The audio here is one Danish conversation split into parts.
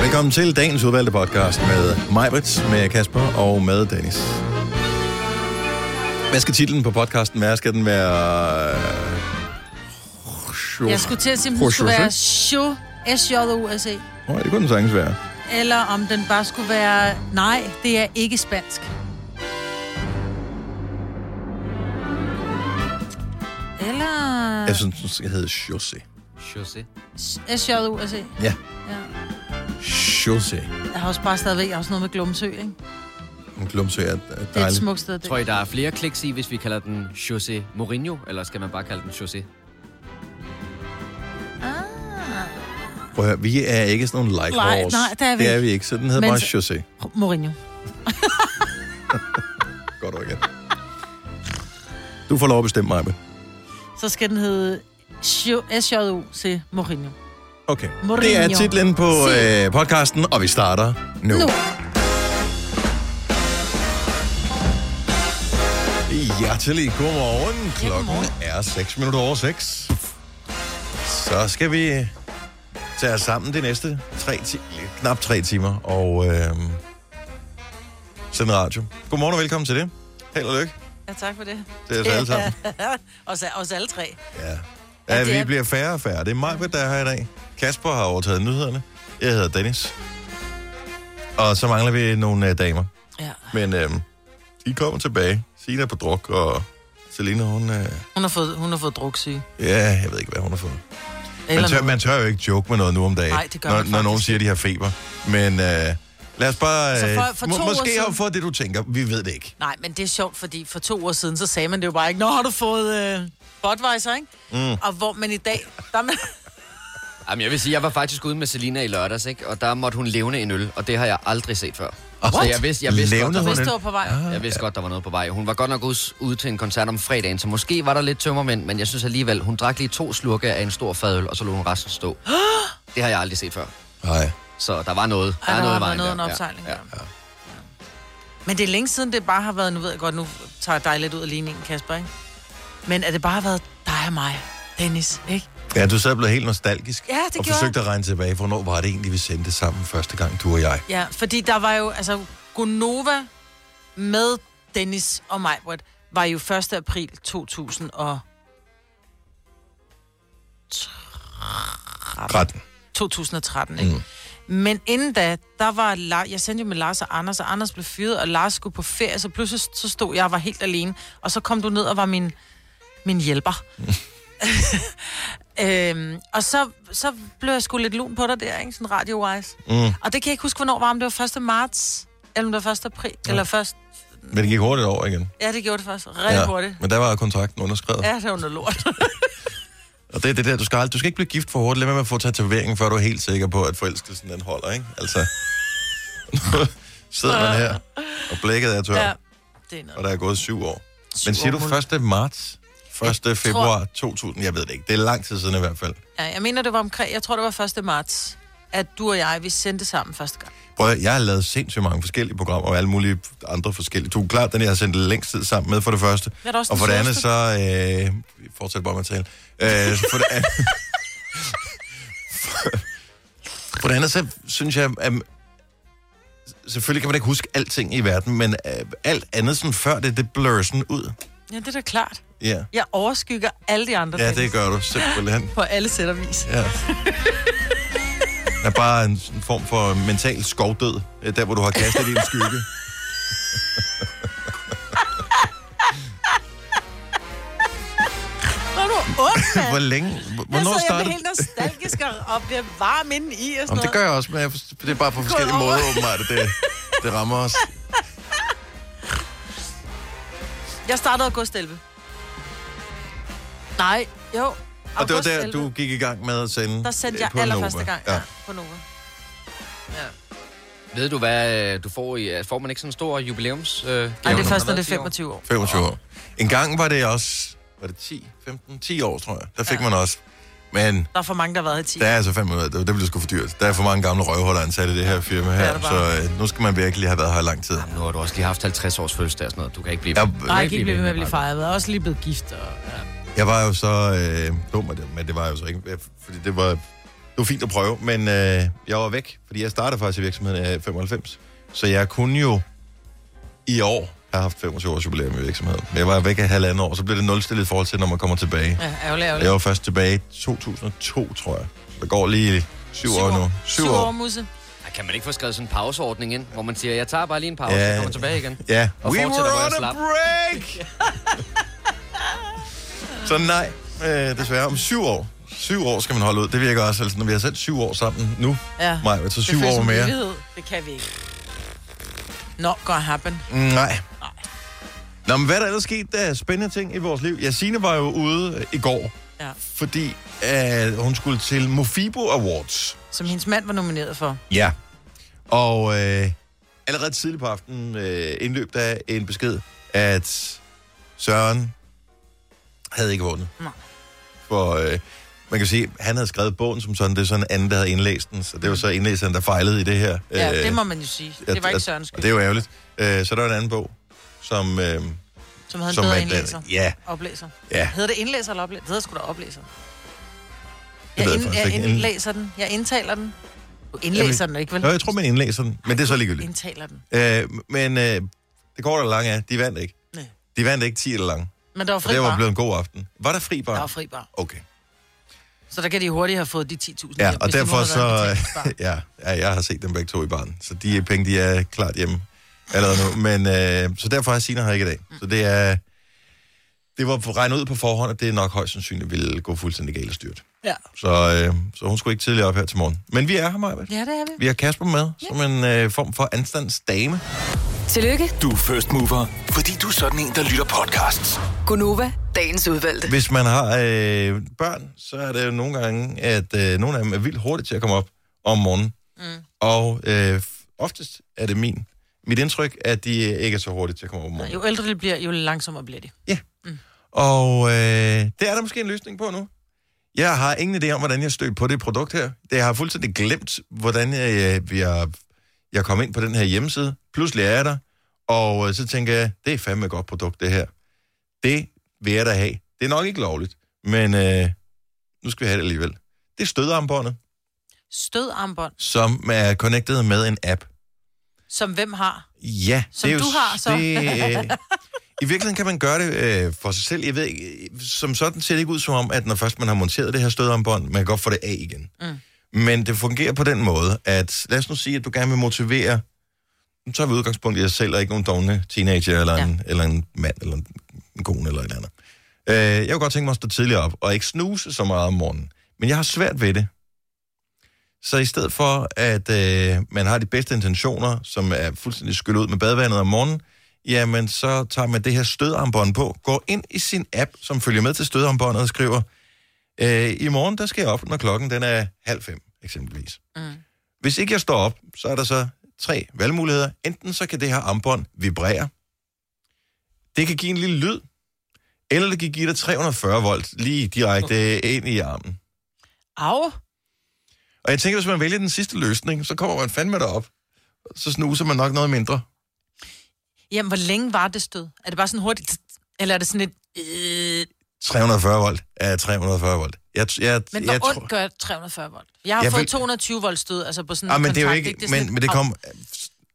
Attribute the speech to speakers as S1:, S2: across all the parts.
S1: Velkommen til dagens udvalgte podcast med mig, Brits, med Kasper og med Dennis. Hvad skal titlen på podcasten være? Skal den være... øh,
S2: Jeg skulle til at sige, om den skulle være show, s j o s -E,
S1: Nå, ja, det kunne den sagtens være.
S2: eller om den bare skulle være, nej, det er ikke spansk. Eller
S1: Jeg synes, den skal hedde Jose.
S3: José.
S2: s j o s -E.
S1: Ja,
S2: ja.
S1: Jose.
S2: Jeg har også bare stadigvæk jeg har også noget med Glumsø, ikke?
S1: En klumsø er er
S2: Det er et
S1: dejlig.
S2: smukt sted. Det.
S3: Tror I, der er flere kliks i, hvis vi kalder den José Mourinho? Eller skal man bare kalde den José?
S1: Prøv at høre, vi er ikke sådan nogle like
S2: Nej,
S1: horse.
S2: nej, det er vi
S1: det er
S2: ikke.
S1: vi ikke, så den hedder
S2: Men
S1: bare
S2: så-
S1: Jose.
S2: Mourinho.
S1: Godt og igen. Du får lov at bestemme mig,
S2: Så skal den hedde Sjo- S-J-O-C E Mourinho.
S1: Okay.
S2: Mourinho.
S1: Det er titlen på
S2: Se.
S1: øh, podcasten, og vi starter nu.
S2: Nu.
S1: Hjertelig godmorgen. Klokken er 6 minutter over 6. Så skal vi tage os sammen de næste tre ti- knap 3 timer og øh, sende radio. Godmorgen og velkommen til det. Held og lykke
S2: Ja, tak for det.
S1: til os alle sammen.
S2: os, os alle tre.
S1: Ja.
S2: Ja,
S1: Ja,
S2: det
S1: vi
S2: er-
S1: bliver færre og færre. Det er mig, der er her i dag. Kasper har overtaget nyhederne. Jeg hedder Dennis. Og så mangler vi nogle øh, damer.
S2: Ja.
S1: Men øh, de kommer tilbage. Sina er på druk, og Selina, hun... Øh,
S2: Hun har fået, hun har fået druksyge.
S1: ja, jeg ved ikke, hvad hun har fået. Man
S2: Eller
S1: tør,
S2: noget.
S1: man tør jo ikke joke med noget nu om dagen,
S2: Nej, det gør
S1: når,
S2: man
S1: når nogen
S2: faktisk
S1: siger, at de har feber. Men øh, lad os bare...
S2: Så
S1: Øh,
S2: for- for to
S1: må,
S2: uger
S1: måske har
S2: siden-
S1: hun fået det, du tænker. Vi ved det ikke.
S2: Nej, men det er sjovt, fordi for to år siden, så sagde man det jo bare ikke. Nå, har du fået øh, Budweiser, ikke? Mm. Og hvor man i dag... Der er man...
S3: Jamen, jeg vil sige, jeg var faktisk ude med Selina i lørdags, ikke? Og der måtte hun levne en øl, og det har jeg aldrig set før. Så jeg vidste, jeg vidste, godt,
S1: Levnede
S3: der
S1: hun
S3: var,
S2: Hvis
S1: en-
S2: du var på vej.
S3: jeg vidste godt, Ah. der var noget på vej. Hun var godt nok ude, ude til en koncert om fredagen, så måske var der lidt tømmermænd, men jeg synes alligevel, hun drak lige to slurke af en stor fadøl, og så lå hun resten stå. Det har jeg aldrig set før.
S1: Nej.
S3: Så der var noget.
S2: Ej, der
S3: noget, i
S2: har været
S3: vejen
S2: noget af en
S3: der. Ja,
S2: opsejling. Ja,
S3: ja.
S2: ja. Men det er længe siden, det bare har været... Nu ved jeg godt, nu tager jeg dig lidt ud af ligningen, Kasper, ikke? Men at det bare har været dig og mig, Dennis, ikke?
S1: Ja, du sad og blev helt nostalgisk.
S2: Ja, det
S1: og
S2: gjorde
S1: forsøgte at regne tilbage, hvornår var det egentlig, vi sendte sammen første gang, du og jeg.
S2: Ja, fordi der var jo... Altså, Gonova med Dennis og mig, var jo 1. april 2000 og
S1: 13.
S2: 2013, ikke? Mm. Men inden da, der var La- jeg sendte jo med Lars og Anders, og Anders blev fyret, og Lars skulle på ferie, så pludselig så stod jeg og var helt alene, og så kom du ned og var min, min hjælper. øhm, og så, så blev jeg sgu lidt lun på dig der, ikke? Sådan radio-wise. Mm. Og det kan jeg ikke huske, hvornår var, om det var 1. marts, eller om det var 1. april, ja. eller først...
S1: Men det gik hurtigt over igen.
S2: Ja, det gjorde det først. Rigtig ja. hurtigt.
S1: Men der var kontrakten underskrevet. Ja.
S2: Ja, det var noget lort.
S1: Og det er det der, du skal, ald- du skal ikke blive gift for hurtigt. Lad være med at få tatoveringen, før du er helt sikker på, at forelskelsen den holder, ikke? Altså, nu sidder man her, og blækket er tørt, ja.
S2: ja. Det er noget.
S1: og der er gået syv år.
S2: Syv
S1: Men siger
S2: år, hun-
S1: du 1. marts? 1. februar 2000? Jeg ved det ikke. Det er lang tid siden i hvert fald.
S2: Ja, jeg mener, det var omkring... Jeg tror, det var 1. marts, at du og jeg, vi sendte sammen første gang.
S1: Prøv, at høre, jeg har lavet sindssygt mange forskellige programmer, og alle mulige andre forskellige. Du er klart, den jeg har sendt længst tid sammen med, for det første.
S2: Hvad er der også
S1: og
S2: den
S1: for det andet,
S2: sjoveste?
S1: så... Øh, vi fortsætter bare med at tale. Øh, for, det andet, for, for det andet, så synes jeg, at selvfølgelig kan man ikke huske alting i verden, men øh, alt andet sådan før det, det blør sådan ud.
S2: Ja, det er da klart.
S1: Ja.
S2: Jeg overskygger alle de andre
S1: ja,
S2: Dennis,
S1: det gør du simpelthen.
S2: på alle sæt og vis.
S1: Ja. Der er bare en, en form for mental skovdød, øh, der hvor du har kastet din skygge.
S2: Nå, du er ond, mand.
S1: Hvor længe? hvor- Hvornår
S2: jeg sidder
S1: startede
S2: helt nostalgisk og- og bliver varm inde i og sådan
S1: Jamen, det
S2: noget.
S1: gør jeg også, men jeg, forst- det er bare på forskellige
S2: over.
S1: måder, åbenbart, at det, det rammer os.
S2: Jeg startede august 11. Nej, jo.
S1: Og det var
S2: august
S1: der,
S2: 11.
S1: du gik i gang med at sende
S2: Der sendte
S1: øh,
S2: jeg
S1: på
S2: allerførste
S1: Nova.
S2: gang ja.
S1: Ja.
S2: på Nova. Ja.
S3: Ved du hvad, øh, du får i... Får man ikke sådan en stor jubilæums... Øh,
S2: Ej,
S3: gave,
S2: det er først, når
S3: har
S2: det er
S3: været 10 år?
S2: 25 år.
S1: 25 år. En gang var det også, var det 10, 15, 10 år, tror jeg. Der fik ja.
S2: Ja.
S1: man også. Men
S2: Der er for mange, der har været her i 10.
S1: der er altså fandme, ud af- det, det bliver sgu for dyrt. Der er for mange gamle røvhuller ansat i det her firma
S2: Det er
S1: her,
S2: det
S1: så
S2: bare.
S1: øh, nu skal man virkelig have været her i lang tid.
S3: Nu har du også lige haft 50 års fødselsdag og sådan noget. Du kan ikke blive...
S1: Jeg,
S2: Nej, jeg kan ikke blive ved med at blive fejret. Jeg er også lige blevet gift. Og, ja.
S1: jeg var jo så øh, dum, men det, men det var jeg jo så ikke, øh, fordi det var Det var fint at prøve, men øh, jeg var væk, fordi jeg startede faktisk i virksomheden i 95. Så jeg kunne jo i år have haft 25 års jubilæum i virksomheden. Men jeg var væk af halvandet år, så blev det nulstillet i forhold til, når man kommer tilbage.
S2: Ja, ærgerligt, ærgerligt.
S1: Jeg var først tilbage i 2002, tror jeg. Så der går lige syv, år nu.
S2: Syv, Syv år, Musse.
S3: Ej, Kan man ikke få skrevet sådan en pauseordning ind, hvor man siger, jeg tager bare lige en pause,
S1: Ja.
S3: og kommer tilbage igen?
S1: Ja.
S3: Og
S1: We
S3: fortsætter,
S1: were
S3: hvor jeg
S1: on a
S3: slap.
S1: break! så nej, øh, desværre om syv år. Syv år skal man holde ud. Det virker også, altså, når vi har sat syv år sammen nu.
S2: Ja.
S1: Maja, så
S2: Det
S1: syv
S2: føles
S1: år
S2: som
S1: mere.
S2: evighed. Det kan vi ikke. Not gonna happen.
S1: Nej. Nå, men hvad er der ellers sket der er spændende ting i vores liv? Ja, Signe var jo ude øh, i går,
S2: Ja.
S1: fordi øh, hun skulle til Mofibo Awards.
S2: Som hendes mand var nomineret for.
S1: Ja. Og øh, allerede tidligt på aftenen øh, indløb der en besked, at Søren havde ikke vundet.
S2: Nej.
S1: For øh, man kan sige, han havde skrevet bogen som sådan, det er sådan en anden, der havde indlæst den, så det var så indlæseren, der fejlede i det her.
S2: Mm. Ja,
S1: Øh,
S2: det må man jo sige. Det var
S1: at-
S2: ikke
S1: at-
S2: Sørens
S1: Og
S2: skyld,
S1: det er jo ærgerligt. Øh, så der var en anden bog, som... Øh,
S2: som havde en
S1: som var
S2: bedre
S1: et
S2: indlæser.
S1: Ja,
S2: Oplæser.
S1: ja.
S2: Hedder det indlæser eller oplæser? Det hedder sgu da oplæser.
S1: ved
S2: Jeg,
S1: jeg
S2: ind,
S1: faktisk
S2: jeg
S1: ikke. Ind-
S2: indlæser den. Jeg indtaler den. Du indlæser
S1: Jamen,
S2: den ikke, vel?
S1: Nå, jeg tror, man indlæser den, men det er så ligegyldigt.
S2: Indtaler den.
S1: Øh, men øh, det går der langt af. De vandt ikke.
S2: Nej.
S1: De vandt ikke 10 eller lang.
S2: Men der var
S1: Så
S2: fri
S1: det var
S2: bar.
S1: blevet en god aften. Var der fri
S2: Der var
S1: bar?
S2: fri bar.
S1: Okay.
S2: Så der kan de hurtigt have fået de 10.000.
S1: Ja,
S2: hjem,
S1: og
S2: hvis de nu
S1: derfor
S2: havde været
S1: så...
S2: med betalingsbar.
S1: ja, ja, jeg har set dem begge to i barn. Så de penge, de er klart hjemme allerede nu. Men, øh, så derfor har Sina her ikke i dag. Så det er... Det var regnet ud på forhånd, at det nok højst sandsynligt ville gå fuldstændig galt og styrt.
S2: Ja.
S1: Så, øh, så hun skulle ikke tidligere op her til morgen. Men vi er her, Maja.
S2: ja, det er vi.
S1: Vi har Kasper med, som en øh, form for anstandsdame.
S4: Tillykke,
S5: Du er first mover, fordi du er sådan en, der lytter podcasts.
S4: Gunova, dagens udvalgte.
S1: Hvis man har øh, børn, så er det jo nogle gange, at øh, nogle af dem er vildt hurtigt til at komme op om morgenen. Mm. Og øh, f- oftest er det min. Mit indtryk, at de øh, ikke er så hurtigt til at komme op om morgenen.
S2: Jo ældre de bliver, jo langsommere bliver de.
S1: Og øh, det er der måske en løsning på nu. Jeg har ingen idé om, hvordan jeg stødte på det produkt her. Det jeg har fuldstændig glemt, hvordan jeg, øh, jeg, jeg kom ind på den her hjemmeside. Pludselig er jeg der, og øh, så tænker jeg, det er fandme et godt produkt, det her. Det vil jeg da have. Det er nok ikke lovligt, men øh, nu skal vi have det alligevel. Det er stødarmbåndet,
S2: Stødarmbånd,
S1: som er connected med en app.
S2: som hvem har?
S1: Ja,
S2: Som
S1: det er jo
S2: du har, så.
S1: Det, øh, I virkeligheden kan man gøre det øh, for sig selv. Jeg ved ikke, øh, som sådan ser det ikke ud som om, at når først man har monteret det her stødarmbånd, man kan godt få det af igen. Mm. Men det fungerer på den måde, at lad os nu sige, at du gerne vil motivere, nu tager vi udgangspunkt i os selv, og ikke nogen dogne teenager, eller, ja. en, eller en mand, eller en, en kone, eller et eller andet. Øh, jeg kunne godt tænke mig at stå tidligere op, og ikke snuse så meget om morgenen. Men jeg har svært ved det. Så i stedet for, at øh, man har de bedste intentioner, som er fuldstændig skyllet ud med badevandet om morgenen, jamen så tager man det her stødarmbånd på, går ind i sin app, som følger med til stødarmbåndet og skriver, øh, i morgen der skal jeg op, når klokken den er halv fem, eksempelvis. Mm. Hvis ikke jeg står op, så er der så tre valgmuligheder. Enten så kan det her armbånd vibrere, det kan give en lille lyd, eller det kan give dig 340 volt lige direkte ind i armen.
S2: Au!
S1: Og jeg tænker, hvis man vælger den sidste løsning, så kommer man fandme derop. Så snuser man nok noget mindre.
S2: Jamen, hvor længe var det stød? Er det bare sådan hurtigt? tsk, Eller er det sådan et... Øh,
S1: 340 volt er 340 volt. Jeg, t- jeg,
S2: men hvor
S1: jeg
S2: ondt gør 340 volt? Jeg har
S1: Jeg
S2: fået
S1: vil-
S2: 220 volt stød, altså på sådan en
S1: ah, men
S2: kontakt.
S1: det er jo ikke,
S2: er sådan
S1: men,
S2: et-
S1: men det
S2: Au.
S1: kom,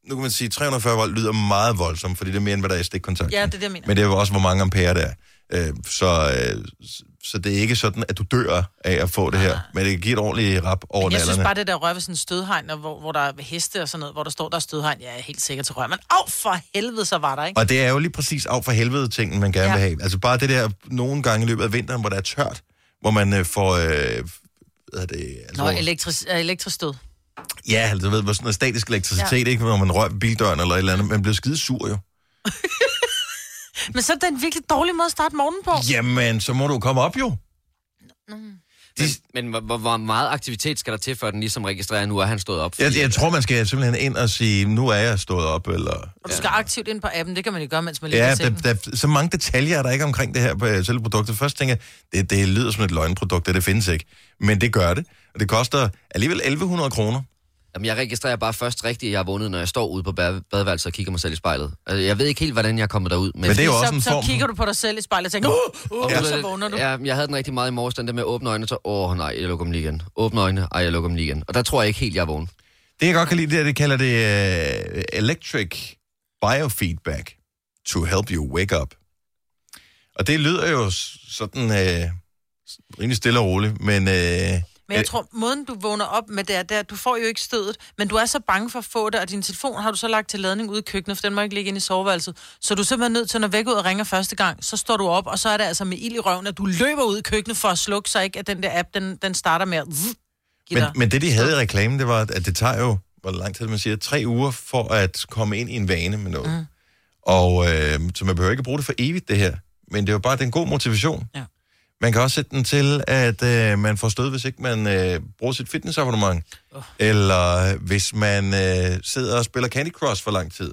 S1: nu kan man sige, 340 volt lyder meget voldsomt, fordi det er mere end, hvad der er i stikkontakten.
S2: Ja, det er det, jeg mener.
S1: Men det er jo også, hvor mange ampere der er. Øh, så, øh, s- så det er ikke sådan, at du dør af at få det her. Men det giver et ordentligt rap over
S2: Ah. Jeg
S1: nallerne.
S2: synes bare, det der rører ved sådan en stødhegn, og hvor, hvor der er heste og sådan noget, hvor der står, der er stødhegn, jeg er helt sikker til rør. Men au, for helvede, så var der, ikke?
S1: Og det er jo lige præcis af for helvede tingen, man gerne ja.
S2: Ja.
S1: vil have. Altså bare det der nogle gange i løbet af vinteren, hvor der er tørt, hvor man øh, får... Øh, hvad er det? Altså,
S2: Nå,
S1: hvor-
S2: elektris, øh, elektrostød.
S1: Ja, altså, du ved, hvor sådan noget statisk elektricitet, ja. ikke? Når man røg ved bildøren eller et eller andet. Man bliver skide sur jo.
S2: Men så er det en virkelig dårlig måde at starte morgenen på.
S1: Jamen, så må du komme op jo. De,
S3: Men hvor, hvor, hvor meget aktivitet skal der til, før den ligesom registrerer, at nu er han stået op?
S1: jeg, jeg, tror, man skal simpelthen ind og sige, nu er jeg stået op, eller...
S2: Og du skal aktivt ind på appen, det kan man jo gøre, mens man ligger
S1: Ja,
S2: i
S1: der,
S2: sengen.
S1: der, er så mange detaljer er der ikke omkring det her på øh, selve produktet. Først tænker jeg, det, det lyder som et løgnprodukt, og det findes ikke. Men det gør det. Og det koster alligevel 1100 kroner.
S3: Jamen, jeg registrerer bare først rigtigt, at jeg har vågnet, når jeg står ude på bade- badeværelset og kigger mig selv i spejlet. Altså, jeg ved ikke helt, hvordan jeg er kommet derud. Men,
S1: Men det er jo også
S2: Så,
S1: en
S2: så
S1: form...
S2: kigger du på dig selv i spejlet og tænker, uh, uh,
S3: Ja.
S2: ja. så vågner du.
S3: Ja, jeg havde den rigtig meget i morges, den der med at åbne øjnene, så åh oh, nej, jeg lukker dem lige igen. Åbne øjnene, ej, jeg lukker dem lige igen. Og der tror jeg ikke helt, jeg er vågen.
S1: Det, jeg godt kan lide, det er, det kalder det uh, electric biofeedback to help you wake up. Og det lyder jo s- sådan uh, rimelig stille og roligt, men... Uh,
S2: Men jeg tror, måden du vågner op med det er, det er, at du får jo ikke stødet, men du er så bange for at få det, og din telefon har du så lagt til ladning ude i køkkenet, for den må ikke ligge inde i soveværelset. Så du er simpelthen nødt til, når væk ud og ringer første gang, så står du op, og så er det altså med ild i røven, at du løber ud i køkkenet for at slukke, så ikke at den der app, den, den starter med at zzz, give
S1: Men,
S2: dig.
S1: men det, de havde i reklamen, det var, at det tager jo, hvor lang tid man siger, tre uger for at komme ind i en vane med noget. Mm. Og øh, så man behøver ikke bruge det for evigt, det her. Men det er jo bare den god motivation.
S2: Ja.
S1: Man kan også sætte den til, at øh, man får stød, hvis ikke man øh, bruger sit fitnessabonnement. Oh. Eller hvis man øh, sidder og spiller Candy Crush for lang tid.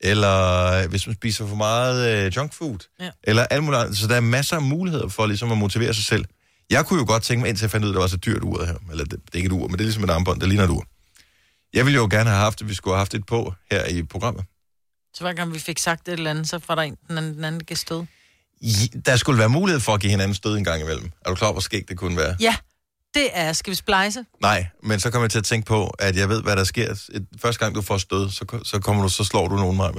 S1: Eller øh, hvis man spiser for meget øh, junk food.
S2: Ja.
S1: Eller alt muligt andet. Så der er masser af muligheder for ligesom at motivere sig selv. Jeg kunne jo godt tænke mig, indtil jeg fandt ud af, at det var så dyrt uret her. Eller det, det er ikke et ur, men det er ligesom et armbånd, der ligner et ur. Jeg ville jo gerne have haft, at vi skulle have haft et på her i programmet.
S2: Så hver gang vi fik sagt et eller andet, så var der en, den anden, den anden der gav stød.
S1: I- Der skulle være mulighed for at give hinanden stød en gang imellem. Er du klar, over, hvor skægt det kunne være?
S2: Ja, det er, skal vi splejse?
S1: Nej, men så kommer jeg til at tænke på, at jeg ved, hvad der sker. Et- Første gang, du får stød, så, ko- så, kommer du, så slår du nogen meget.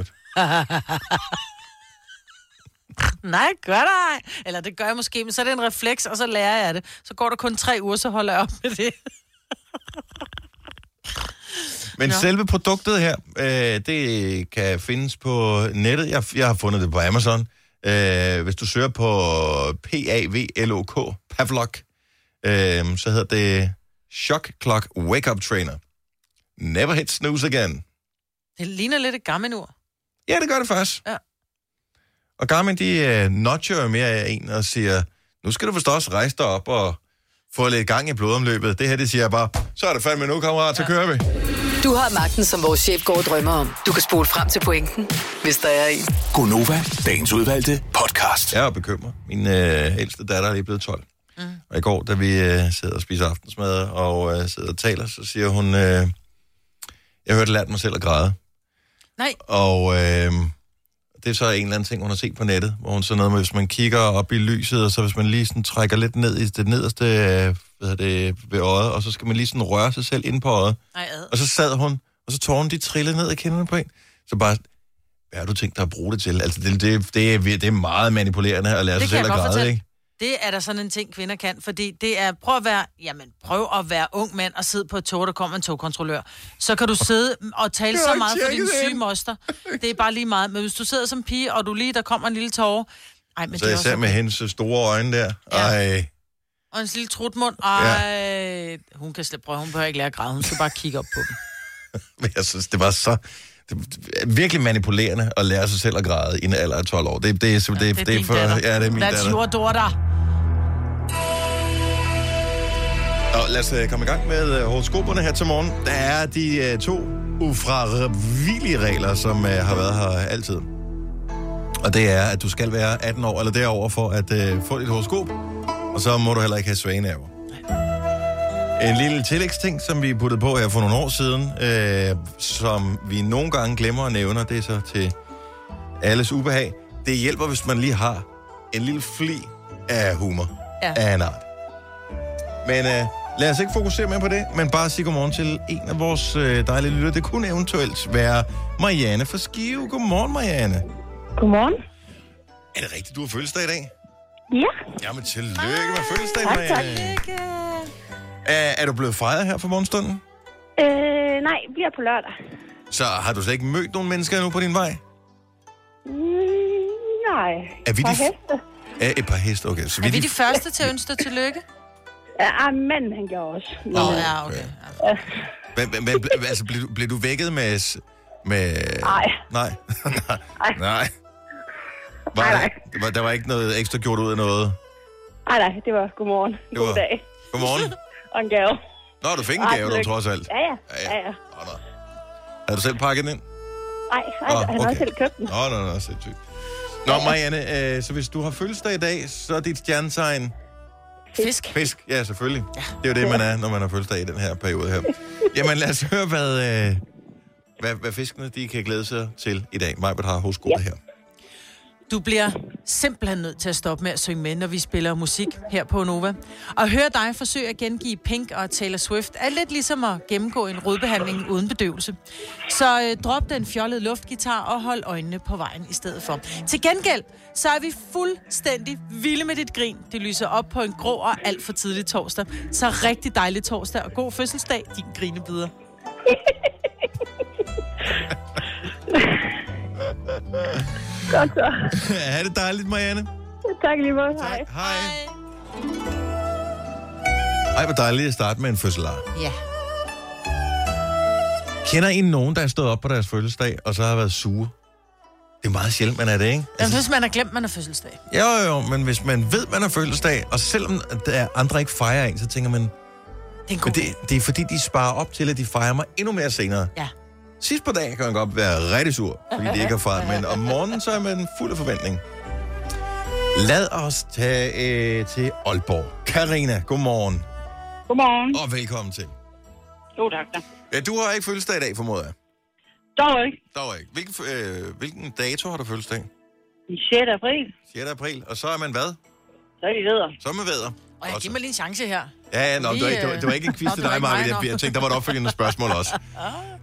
S2: Nej, gør det ej. Eller det gør jeg måske, men så er det en refleks, og så lærer jeg det. Så går der kun tre uger, så holder jeg op med det.
S1: Men
S2: Nå.
S1: selve produktet her, øh, det kan findes på nettet. Jeg, jeg har fundet det på Amazon. Øh, hvis du søger på P-A-V-L-O-K, Pavlok, øh, så hedder det Shock Clock Wake Up Trainer. Never hit snooze again.
S2: Det ligner lidt et gammelt ur.
S1: Ja, det gør det faktisk.
S2: Ja.
S1: Og Garmin, de øh, notcher jo mere af en og siger, nu skal du forstås rejse dig op og få lidt gang i blodomløbet. Det her, det siger jeg bare, så er det fandme nu, kammerat, så kører vi.
S4: Du har magten, som vores chef går og drømmer om. Du kan spole frem til pointen, hvis der er en.
S5: Gonova, dagens udvalgte podcast.
S1: Jeg er bekymret. Min øh, ældste datter er lige blevet 12. Mm. Og i går, da vi øh, sidder og spiser aftensmad og øh, sidder og taler, så siger hun, øh, jeg hørte lært mig selv at græde.
S2: Nej,
S1: Og øh, det er så en eller anden ting, hun har set på nettet, hvor hun så noget med, hvis man kigger op i lyset, og så hvis man lige sådan trækker lidt ned i det nederste øh, hvad hedder det, ved øjet, og så skal man lige sådan røre sig selv ind på øjet.
S2: nej, ad.
S1: Og så sad hun, og så tårerne de trillede ned af kinderne på en. Så bare, hvad har du tænkt dig at bruge det til? Altså, det, det, det, er, vir- det er meget manipulerende at lære
S2: Det
S1: sig
S2: kan jeg
S1: Altså, selv at
S2: godt
S1: græde,
S2: fortælle.
S1: ikke?
S2: Det er der sådan en ting, kvinder kan, fordi det er, prøv at være, jamen, prøv at være ung mand og sidde på et tog, der kommer en togkontrollør. Så kan du sidde og tale
S1: Jeg har
S2: så
S1: ikke
S2: meget for din
S1: tjekket
S2: syge
S1: ind.
S2: moster. Det er bare lige meget. Men hvis du sidder som pige, og du lige, der kommer en lille tårer, ej, men
S1: Så
S2: det er
S1: jeg ser
S2: også...
S1: med hendes øh, store øjne der.
S2: Ja.
S1: Ej,
S2: Og en lille trutmund, ej, hun kan slet prøve, hun behøver ikke lære at græde, hun skal bare kigge op på dem.
S1: men jeg synes, det var så... Det er virkelig manipulerende at lære sig selv at græde i en alder af 12 år. Det, det, er, sim- det,
S2: er
S1: det, det er
S2: din
S1: for...
S2: datter.
S1: Ja, det er min
S2: That's
S1: datter.
S2: your daughter.
S1: Og lad os øh, komme i gang med øh, horoskoperne her til morgen. Der er de øh, to ufravillige regler, som øh, har været her altid. Og det er, at du skal være 18 år eller derover for at øh, få dit horoskop. Og så må du heller ikke have svaneaver. En lille tillægsting, som vi puttede på her for nogle år siden, øh, som vi nogle gange glemmer at nævne, og det er så til alles ubehag. Det hjælper, hvis man lige har en lille fli af humor
S2: Ja.
S1: af en art. Men øh, lad os ikke fokusere mere på det, men bare sige godmorgen til en af vores øh, dejlige lytter. Det kunne eventuelt være Marianne fra Skive. Godmorgen, Marianne.
S6: Godmorgen.
S1: Er det rigtigt, du har fødselsdag i dag?
S6: Ja,
S1: Jamen, tillykke med fødselsdagen,
S6: Tak, tak.
S1: Marianne. Er, er du blevet fejret her for morgenstunden?
S6: øh, nej, bliver på lørdag.
S1: Så har du slet ikke mødt nogen mennesker endnu på din vej?
S6: Mm, nej.
S1: Er vi
S6: Par
S1: de f-
S6: heste?
S1: Ja, et par heste, okay. Så
S2: Er vi de første til at ønske dig tillykke?
S6: Ja, ah, manden han gjorde også.
S2: Nå,
S6: Men, øh,
S2: ja, okay. Ja.
S1: Hvad, hvad, hvad, ble- altså, blev, du- blev du vækket med... s- med...
S6: Nej.
S1: Nej. nej. Nej. Var
S6: Nej,
S1: der,
S6: nej.
S1: der var, der var ikke noget ekstra gjort ud af noget?
S6: Ej, nej, det var godmorgen.
S1: Det
S6: God
S1: var-
S6: dag.
S1: Godmorgen.
S6: Og en gave.
S1: Nå, du fik en
S6: Ej,
S1: gave, du
S6: tillykke.
S1: trods alt.
S6: Ja, ja. ja, ja.
S1: Nå, nå. Havde du selv pakket den ind?
S6: Ej, ej,
S1: Nå,
S6: han har
S1: okay.
S6: selv købt den.
S1: Nå, nå, nå, sindssygt. Nå, Marianne, øh, så hvis du har fødselsdag i dag, så er dit stjernetegn
S2: Fisk.
S1: fisk. Ja, selvfølgelig. Det er jo det, man er, når man har fødselsdag i den her periode her. Jamen lad os høre, hvad, øh, hvad, hvad fiskene de kan glæde sig til i dag. Majbert har hos ja. her.
S2: Du bliver simpelthen nødt til at stoppe med at synge med, når vi spiller musik her på Nova. Og høre dig forsøge at gengive Pink og Taylor Swift er lidt ligesom at gennemgå en rodbehandling uden bedøvelse. Så øh, drop den fjollede luftgitar og hold øjnene på vejen i stedet for. Til gengæld, så er vi fuldstændig vilde med dit grin. Det lyser op på en grå og alt for tidlig torsdag. Så rigtig dejlig torsdag og god fødselsdag, din grinebider.
S6: Godt så.
S1: er det dejligt, Marianne?
S6: Tak lige måde. Hej.
S1: Hej. Ej, hvor dejligt at starte med en fødselar.
S2: Ja.
S1: Kender I nogen, der er stået op på deres fødselsdag, og så har været sure? Det er meget sjældent, man er det, ikke? Altså,
S2: Jamen, hvis man har glemt, man har fødselsdag.
S1: Jo, jo, jo, men hvis man ved, man har fødselsdag, og selvom der er andre ikke fejrer en, så tænker man,
S2: Det er en god
S1: men det, det er fordi, de sparer op til, at de fejrer mig endnu mere senere.
S2: Ja.
S1: Sidst på dagen kan man godt være rigtig sur, fordi det ikke er fejret, men om morgenen, så er man fuld af forventning. Lad os tage øh, til Aalborg. Karina, godmorgen,
S6: Godmorgen.
S1: og velkommen til.
S6: Jo, tak da.
S1: Ja, du har ikke fødselsdag i dag, formoder jeg.
S6: Dog ikke.
S1: Dog ikke. Hvilken, øh, hvilken dato har du fødselsdag?
S6: Den 6. april.
S1: 6. april. Og så er man hvad?
S6: Så er vi videre.
S1: Så er man væder.
S2: Og jeg
S1: Godt så.
S2: giver mig lige en chance her.
S1: Ja, ja, nå, det, var ikke, det, var, det var ikke en quiz
S2: Nå, det
S1: til
S2: var
S1: dig,
S2: ikke mig,
S1: Marvind. Jeg,
S2: nå.
S1: jeg tænkte, der var et opfølgende spørgsmål også.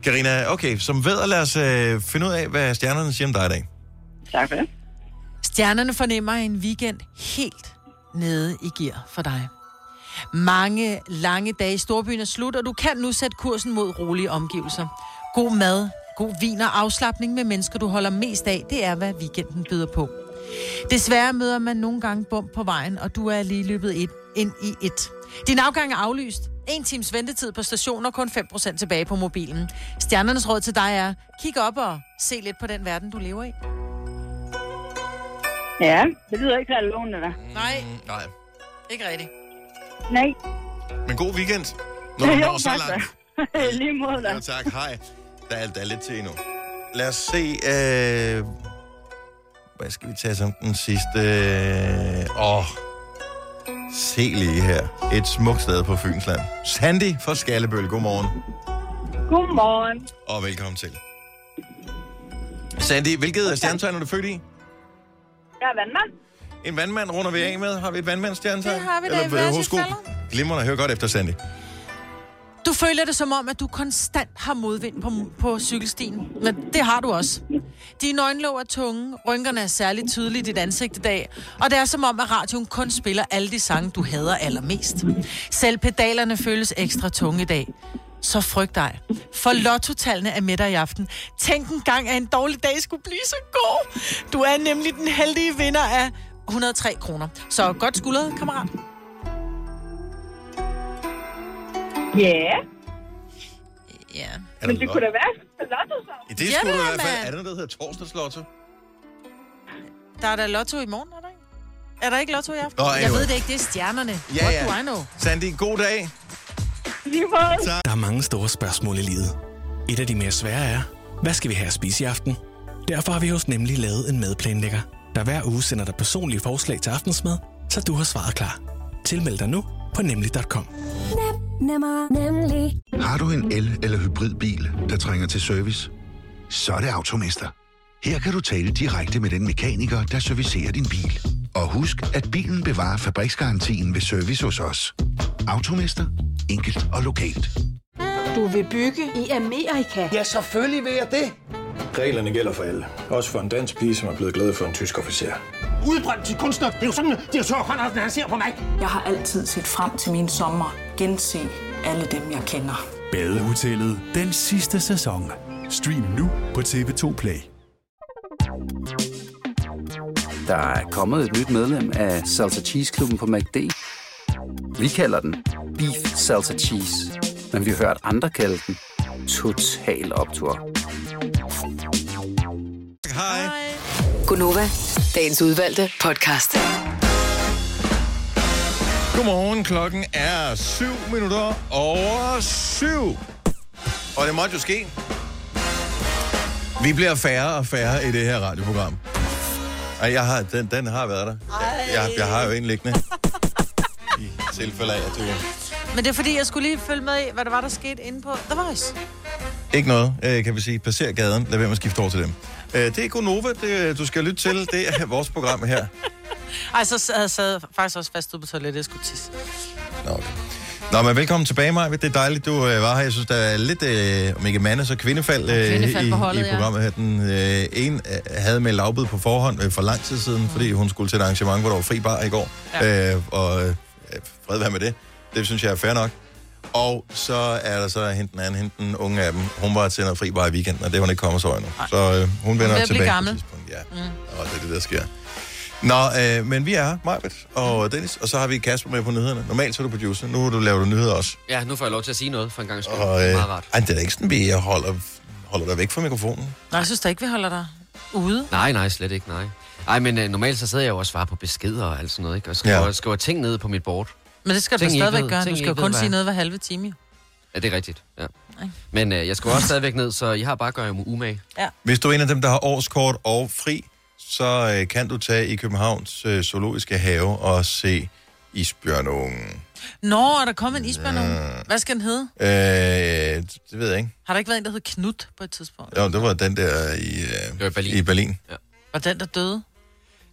S1: Karina, okay, som ved, lad os øh, finde ud af, hvad stjernerne siger om dig i dag.
S6: Tak for det.
S2: Stjernerne fornemmer en weekend helt nede i gear for dig. Mange lange dage i storbyen er slut, og du kan nu sætte kursen mod rolige omgivelser. God mad, god vin og afslappning med mennesker, du holder mest af, det er, hvad weekenden byder på. Desværre møder man nogle gange bump på vejen, og du er lige løbet et, ind i et. Din afgang er aflyst. En times ventetid på stationen og kun 5% tilbage på mobilen. Stjernernes råd til dig er, kig op og se lidt på den verden, du lever i.
S6: Ja, det lyder ikke så lovende, da.
S2: Nej,
S1: Nej.
S2: ikke rigtigt.
S6: Nej.
S1: Men god weekend. Når du når så
S6: tak da.
S1: langt.
S6: lige måde, da.
S1: Ja, tak. Hej. Der er, der er lidt til endnu. Lad os se... Øh, hvad skal vi tage som den sidste? Øh, Åh. Se lige her. Et smukt sted på Fynsland. Sandy fra Skallebøl. Godmorgen.
S6: Godmorgen.
S1: Og velkommen til. Sandy, hvilket stjernetegn er du født i?
S6: Jeg er vandmand.
S1: En vandmand runder vi af med. Har vi et vandmandstjernetegn?
S2: Det har vi da i hver sit fælder.
S1: Glimrende. Hør godt efter, Sandy.
S2: Du føler det som om, at du konstant har modvind på, på cykelstien. Men det har du også. Dine øjenlåg er tunge, rynkerne er særligt tydelige i dit ansigt i dag, og det er som om, at radioen kun spiller alle de sange, du hader allermest. Selv pedalerne føles ekstra tunge i dag. Så frygt dig, for lottotallene er med dig i aften. Tænk en gang, at en dårlig dag skulle blive så god. Du er nemlig den heldige vinder af 103 kroner. Så godt skuldret, kammerat.
S6: Ja,
S2: Ja. Yeah.
S1: Er
S6: men
S1: der
S6: det
S1: lov?
S6: kunne da være så lotto, så.
S1: Ja, Det
S2: Ja,
S1: skulle
S2: det
S1: du i
S2: er,
S1: hvert fald.
S2: mand.
S1: Er der noget, der hedder torsdagslotto?
S2: Der er da lotto i morgen, er der ikke? Er der ikke lotto i aften?
S1: Nå,
S2: jeg
S1: anyway.
S2: ved det ikke, det er stjernerne.
S1: Ja,
S2: What
S1: ja.
S2: do I know?
S1: Sandy, god dag.
S6: Lige måde.
S7: Der er mange store spørgsmål i livet. Et af de mere svære er, hvad skal vi have at spise i aften? Derfor har vi hos Nemlig lavet en madplanlægger, der hver uge sender dig personlige forslag til aftensmad, så du har svaret klar. Tilmeld dig nu på nemlig.com.
S8: Nemmer, nemlig.
S5: Har du en el- eller hybridbil, der trænger til service? Så er det Automester. Her kan du tale direkte med den mekaniker, der servicerer din bil. Og husk, at bilen bevarer fabriksgarantien ved service hos os. Automester. Enkelt og lokalt.
S9: Du vil bygge i Amerika?
S10: Ja, selvfølgelig vil jeg det.
S11: Reglerne gælder for alle. Også for en dansk pige, som er blevet glad for en tysk officer.
S10: Udbrøndt til kunstner. Det er jo sådan, at direktør Conradsen, han ser på mig.
S9: Jeg har altid set frem til min sommer. Gense alle dem, jeg kender.
S11: Badehotellet. Den sidste sæson. Stream nu på TV2 Play.
S10: Der er kommet et nyt medlem af Salsa Cheese Klubben på MACD. Vi kalder den Beef Salsa Cheese. Men vi har hørt andre kalde den Total Optor.
S1: Hej.
S4: Gunova, dagens udvalgte podcast.
S1: Godmorgen, klokken er 7 minutter over 7. Og det måtte jo ske. Vi bliver færre og færre i det her radioprogram. Ej, jeg har, den, den har været der. Jeg, jeg, jeg har jo en liggende. I tilfælde af, at du
S2: Men det er fordi, jeg skulle lige følge med i, hvad der var, der skete inde på The Voice.
S1: Ikke noget, øh, kan vi sige. Passer gaden. Lad være med at skifte over til dem. Øh, det er Gonova, det, øh, du skal lytte til. Det er vores program her.
S2: Ej, så sad jeg sad faktisk også fast ude på toilettet, jeg skulle tisse.
S1: Nå, men velkommen tilbage, Maja. Det er dejligt, du øh, var her. Jeg synes, der er lidt, øh, om ikke mande, så kvindefald, øh,
S12: Kvindefald
S1: i,
S12: på holdet,
S1: i
S12: ja.
S1: programmet her. Den øh, en øh, havde med lavbid på forhånd øh, for lang tid siden, fordi hun skulle til et arrangement, hvor der var fri bar i går. Ja. Øh, og øh, fred være med det. Det synes jeg er fair nok. Og så er der så hende den anden, hende den unge af dem. Hun var til noget fri bar i weekenden, og det er hun ikke kommet så endnu. Så øh, hun
S2: Hun
S1: vender
S2: vil blive
S1: tilbage.
S2: gammel.
S1: Ja.
S2: Mm.
S1: Og det er det, der sker. Nå, øh, men vi er her, Majbet og Dennis, og så har vi Kasper med på nyhederne. Normalt så er du producer, nu har du lavet nyheder også.
S3: Ja, nu får jeg lov til at sige noget for en gang skyld.
S1: Og,
S3: Det er
S1: øh,
S3: meget rart.
S1: ej, det er da ikke sådan, at jeg holder, holder dig væk fra mikrofonen.
S2: Nej, jeg synes da ikke, vi holder dig ude.
S3: Nej, nej, slet ikke, nej. Ej, men øh, normalt så sidder jeg jo og svarer på beskeder og alt sådan noget, ikke? Og skriver,
S2: Ja.
S3: ja. skriver ting ned på mit board.
S2: Men det skal du
S3: Ting,
S2: da
S3: I ikke
S2: stadigvæk
S3: ved.
S2: gøre.
S3: Ting,
S2: Du
S3: I
S2: skal
S3: ikke
S2: jo
S3: ved,
S2: kun
S3: hvad
S2: sige
S3: er.
S2: noget hver halve time, jo.
S3: Ja, det er rigtigt, ja.
S2: Nej.
S3: Men øh, jeg skriver også stadigvæk ned, så I har bare at gøre jer umage.
S1: Hvis du er en af dem, der har årskort og fri, så øh, kan du tage i Københavns øh, Zoologiske Have og se isbjørnungen.
S2: Nå, er der kommet en isbjørn nu? Hvad skal den hedde?
S1: Øh, det ved jeg ikke.
S2: Har der ikke været en, der hed Knut på et tidspunkt?
S1: Jo, det var den der i, øh,
S3: var i Berlin.
S1: I Berlin.
S2: Var den, der døde?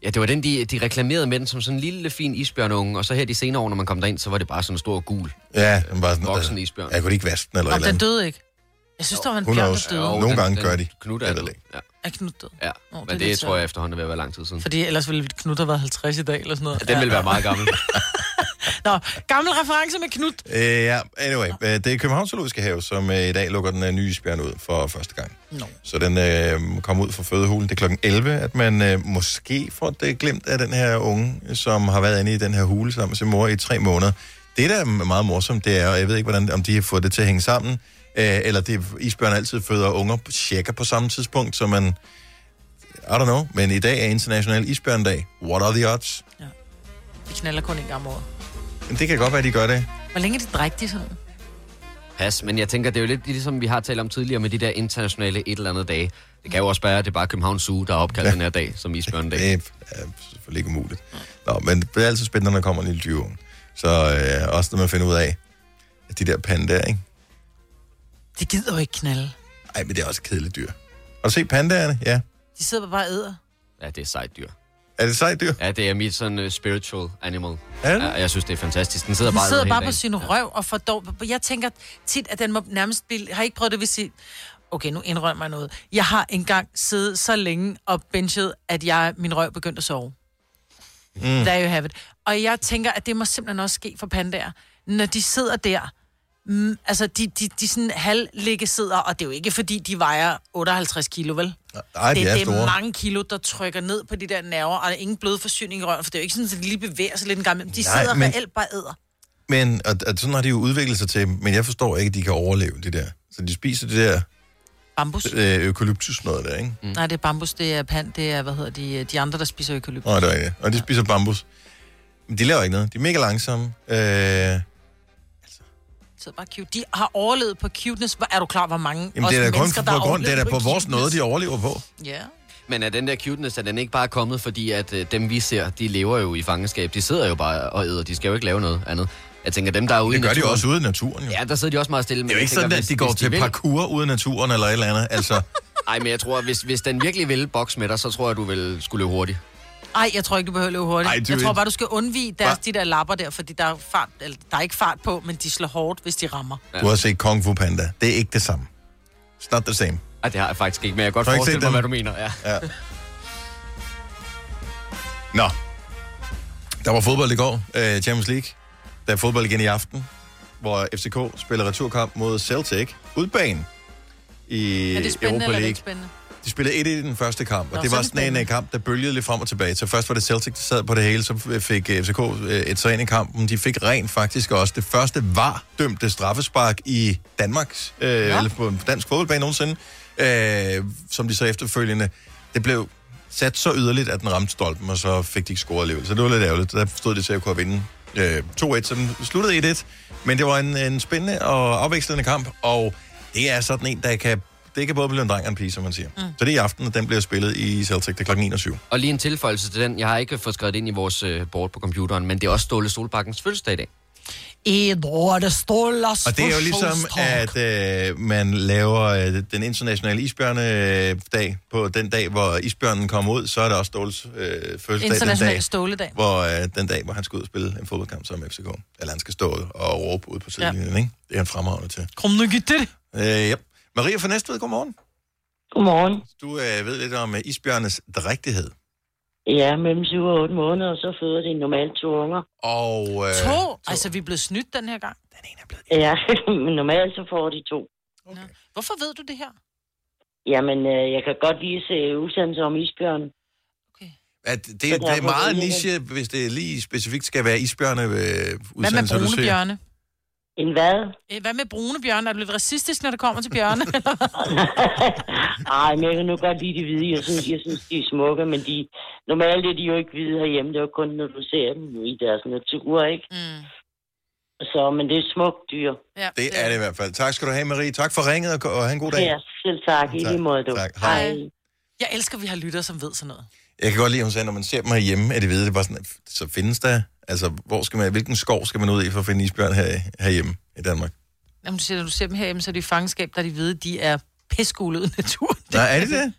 S3: Ja, det var den, de, de reklamerede med den som sådan en lille, fin isbjørnunge, og så her de senere år, når man kom derind, så var det bare sådan en stor gul.
S1: Ja, den var sådan,
S3: voksen isbjørn.
S1: Jeg kunne ikke vaske den eller et
S2: Om
S1: eller
S2: den
S1: andet.
S2: døde ikke? Jeg synes, der var en
S1: Who
S2: bjørn,
S1: knows?
S2: der døde.
S1: Jo, Nogle den- gange gør de.
S3: Knut er død. Ja.
S2: Er Knut død?
S3: ja.
S2: Nå, det er
S3: men det,
S2: lidt
S3: det tror jeg
S2: sørgeligt.
S3: efterhånden vil være lang tid siden.
S2: Fordi ellers ville Knut have været 50 i dag, eller sådan noget.
S3: Den vil være meget gammel.
S2: Nå, gammel reference med Knut.
S1: Øh, ja, anyway. Øh, det er Københavns Zoologiske Have, som øh, i dag lukker den øh, nye isbjørn ud for første gang.
S2: Nå.
S1: Så den øh, kommer ud fra fødehulen. Det er kl. 11, at man øh, måske får det glemt af den her unge, som har været inde i den her hule sammen med sin mor i tre måneder. Det, der er meget morsomt, det er, og jeg ved ikke, hvordan, om de har fået det til at hænge sammen, øh, eller det isbjørn altid føder unger cirka på samme tidspunkt, så man... I don't know, men i dag er International Isbjørndag. What are the odds?
S2: De knaller kun en gang om året.
S1: Men det kan godt være, de gør det.
S2: Hvor længe er det drægt, de sådan?
S3: Pas, men jeg tænker, det er jo lidt ligesom vi har talt om tidligere med de der internationale et eller andet dage. Det kan jo også være, at det er bare Københavns Zoo, der har opkaldt ja. den her dag som isbjørndag.
S1: Det er selvfølgelig ikke umuligt. Nå, men det er altid spændende, når der kommer en lille dyreunge. Så øh, også når man finder ud af, at de der pandaer, ikke?
S2: De gider jo ikke knalde.
S1: Ej, men det er også et kedeligt dyr. Har du set pandaerne? Ja.
S2: De sidder bare og æder.
S3: Ja, det er sejt dyr.
S1: Er det sejt dyr?
S3: Ja, det er mit sådan uh, spiritual animal.
S1: Er
S3: Ja, jeg synes, det er fantastisk. Den sidder
S2: Den
S3: bare,
S2: sidder
S3: nede
S2: bare på
S3: hele dagen.
S2: sin røv og får dog... Jeg tænker tit, at den må nærmest blive... Har I ikke prøvet det, hvis I... Okay, nu indrømmer jeg noget. Jeg har engang siddet så længe og benchet, at jeg, min røv begyndte at sove. Mm. There you have it. Og jeg tænker, at det må simpelthen også ske for pandaer. Når de sidder der, mm, altså de, de, de sådan halvligge sidder, og det er jo ikke fordi, de vejer 58 kilo, vel?
S1: Ej, de
S2: det,
S1: er
S2: det er
S1: store.
S2: mange kilo, der trykker ned på de der nerver, og der er ingen blodforsyning i røven, for det er jo ikke sådan, at de lige bevæger sig lidt en gang imellem. De
S1: Nej,
S2: sidder
S1: men-
S2: men... reelt bare æder.
S1: Men og, og sådan har de jo udviklet sig til, men jeg forstår ikke, at de kan overleve det der. Så de spiser det der
S2: Bambus?
S1: øh, eukalyptus noget der, ikke?
S2: Mm. Nej, det er bambus, det er pand, det er, hvad hedder de, de andre, der spiser økolyptus.
S1: Nå, det er rigtigt. Og de spiser bambus. Men de laver ikke noget. De er mega langsomme. Øh,
S2: Så bare cute. De har overlevet på cuteness. Hvor- Er du klar, hvor mange
S1: Jamen,
S2: også
S1: det er da kun
S2: mennesker, der har
S1: på grund, det er da
S2: overlevet
S1: på vores noget, de overlever på.
S2: Ja.
S3: Men er den der cuteness, er den ikke bare kommet, fordi at øh, dem vi ser, de lever jo i fangenskab. De sidder jo bare og æder, de skal jo ikke lave noget andet. Jeg tænker, dem der er ude
S1: Det
S3: i
S1: gør de
S3: naturen,
S1: jo også ude i naturen, jo.
S3: Ja, der sidder de også meget stille.
S1: Det er jo ikke sådan, at de går til parkour ude i naturen eller et eller andet. Altså,
S3: Nej, men jeg tror, hvis, hvis den virkelig vil bokse med dig, så tror jeg, du vil skulle løbe hurtigt.
S2: Ej, jeg tror ikke, du behøver at løbe hurtigt.
S3: Ej,
S2: Ej,
S3: du-
S2: jeg tror bare, du skal undvige deres, de der lapper der, fordi der er, fart, eller, der er ikke fart på, men de slår hårdt, hvis de rammer.
S1: du har set Kung Fu Panda. Det er ikke det samme. It's not the same.
S3: Ej, det har jeg faktisk ikke, men jeg kan godt
S1: Har du ikke
S3: forestille
S1: set
S3: mig, hvad du
S1: den?
S3: mener. Ja.
S1: ja. Nå. Der var fodbold i går, øh, Champions League. Der er fodbold igen i aften, hvor FCK spiller returkamp mod Celtic. Udbane i
S2: Er det spændende,
S1: Europa
S2: eller er det
S1: League.
S2: ikke spændende?
S1: De spillede 1 i den første kamp, og
S2: Nå,
S1: det
S2: så er
S1: var
S2: det
S1: sådan en
S2: spændende.
S1: øh, kamp, der bølgede lidt frem og tilbage. Så først var det Celtic, der sad på det hele, så fik øh, FCK øh, et træn i kampen. De fik rent faktisk også det første var dømte straffespark i Danmarks, øh, ja. eller på en dansk fodboldbane nogensinde, øh, som de så efterfølgende, det blev sat så yderligt, at den ramte stolpen, og så fik de ikke scoret alligevel. Så det var lidt ærgerligt. Der stod det til at kunne vinde øh, 2-1, så den sluttede 1-1. Men det var en, en spændende og afvekslende kamp, og det er sådan en, der kan det kan både blive en dreng og en pige, som man siger. Mm. Så det er i aften, og den bliver spillet i Celtic. Det er kl. 21.
S3: Og lige en tilføjelse til den. Jeg har ikke fået skrevet det ind i vores øh, board på computeren, men det er også Ståle Solbakkens fødselsdag i dag.
S2: Indrordes stålers
S1: Og det er jo ligesom, at øh, man laver øh, den internationale isbjørnedag på den dag, hvor isbjørnen kommer ud, så er det også Ståles øh, fødselsdag den dag,
S2: International ståledag.
S1: hvor, øh, den dag, hvor han skal ud og spille en fodboldkamp sammen med FCK. Eller han skal stå og råbe ud på
S2: Ja.
S1: sidelinjen, ja. ikke? Det er han fremragende til.
S2: Kom nu, giv det.
S1: Øh, yep. Maria fra Næstved, godmorgen.
S12: Godmorgen.
S1: Du øh, ved lidt om øh, isbjørnes drægtighed.
S12: Ja, mellem 7 og 8 måneder, og så føder de normalt to unger.
S1: Og... Øh,
S2: To? Altså, vi er blevet snydt den her gang.
S12: Ja, men normalt så får de to.
S2: Hvorfor ved du det her?
S12: Jamen, øh, jeg kan godt vise øh, udsendelser om isbjørn.
S1: At det, det er meget niche, hvis det lige specifikt skal være isbjørne øh,
S2: Hvad med
S1: udsendelser, du
S2: brune
S1: ser.
S2: bjørne?
S12: En hvad?
S2: Eh, Hvad med brune bjørne? Er du lidt racistisk, når det kommer til bjørne? eller hvad?
S12: Ej, men jeg kan nu godt lide de hvide. Jeg synes, jeg synes de er smukke, men de, normalt er de jo ikke hvide herhjemme. Det er jo kun, når du ser dem i deres natur, ikke?
S2: Mm.
S12: Så, men det er et smukt dyr.
S2: Ja,
S1: det er det i hvert fald. Tak skal du have, Marie. Tak for ringet, og, og have en god dag.
S12: Ja, selv tak. I
S1: Tak,
S12: lige måde, du.
S1: tak. Hej.
S12: Hej.
S2: Jeg elsker, at vi har lyttere, som ved sådan noget.
S1: Jeg kan godt lide, at hun sagde, når man ser dem herhjemme, at de ved, det er bare sådan, at så findes der, altså, hvor skal man, hvilken skov skal man ud i for at finde isbjørn her, herhjemme i Danmark?
S2: Jamen, du siger, når du ser dem herhjemme, så er de i fangenskab, der de ved, de er pissegulede i naturen.
S1: Nå, er det det?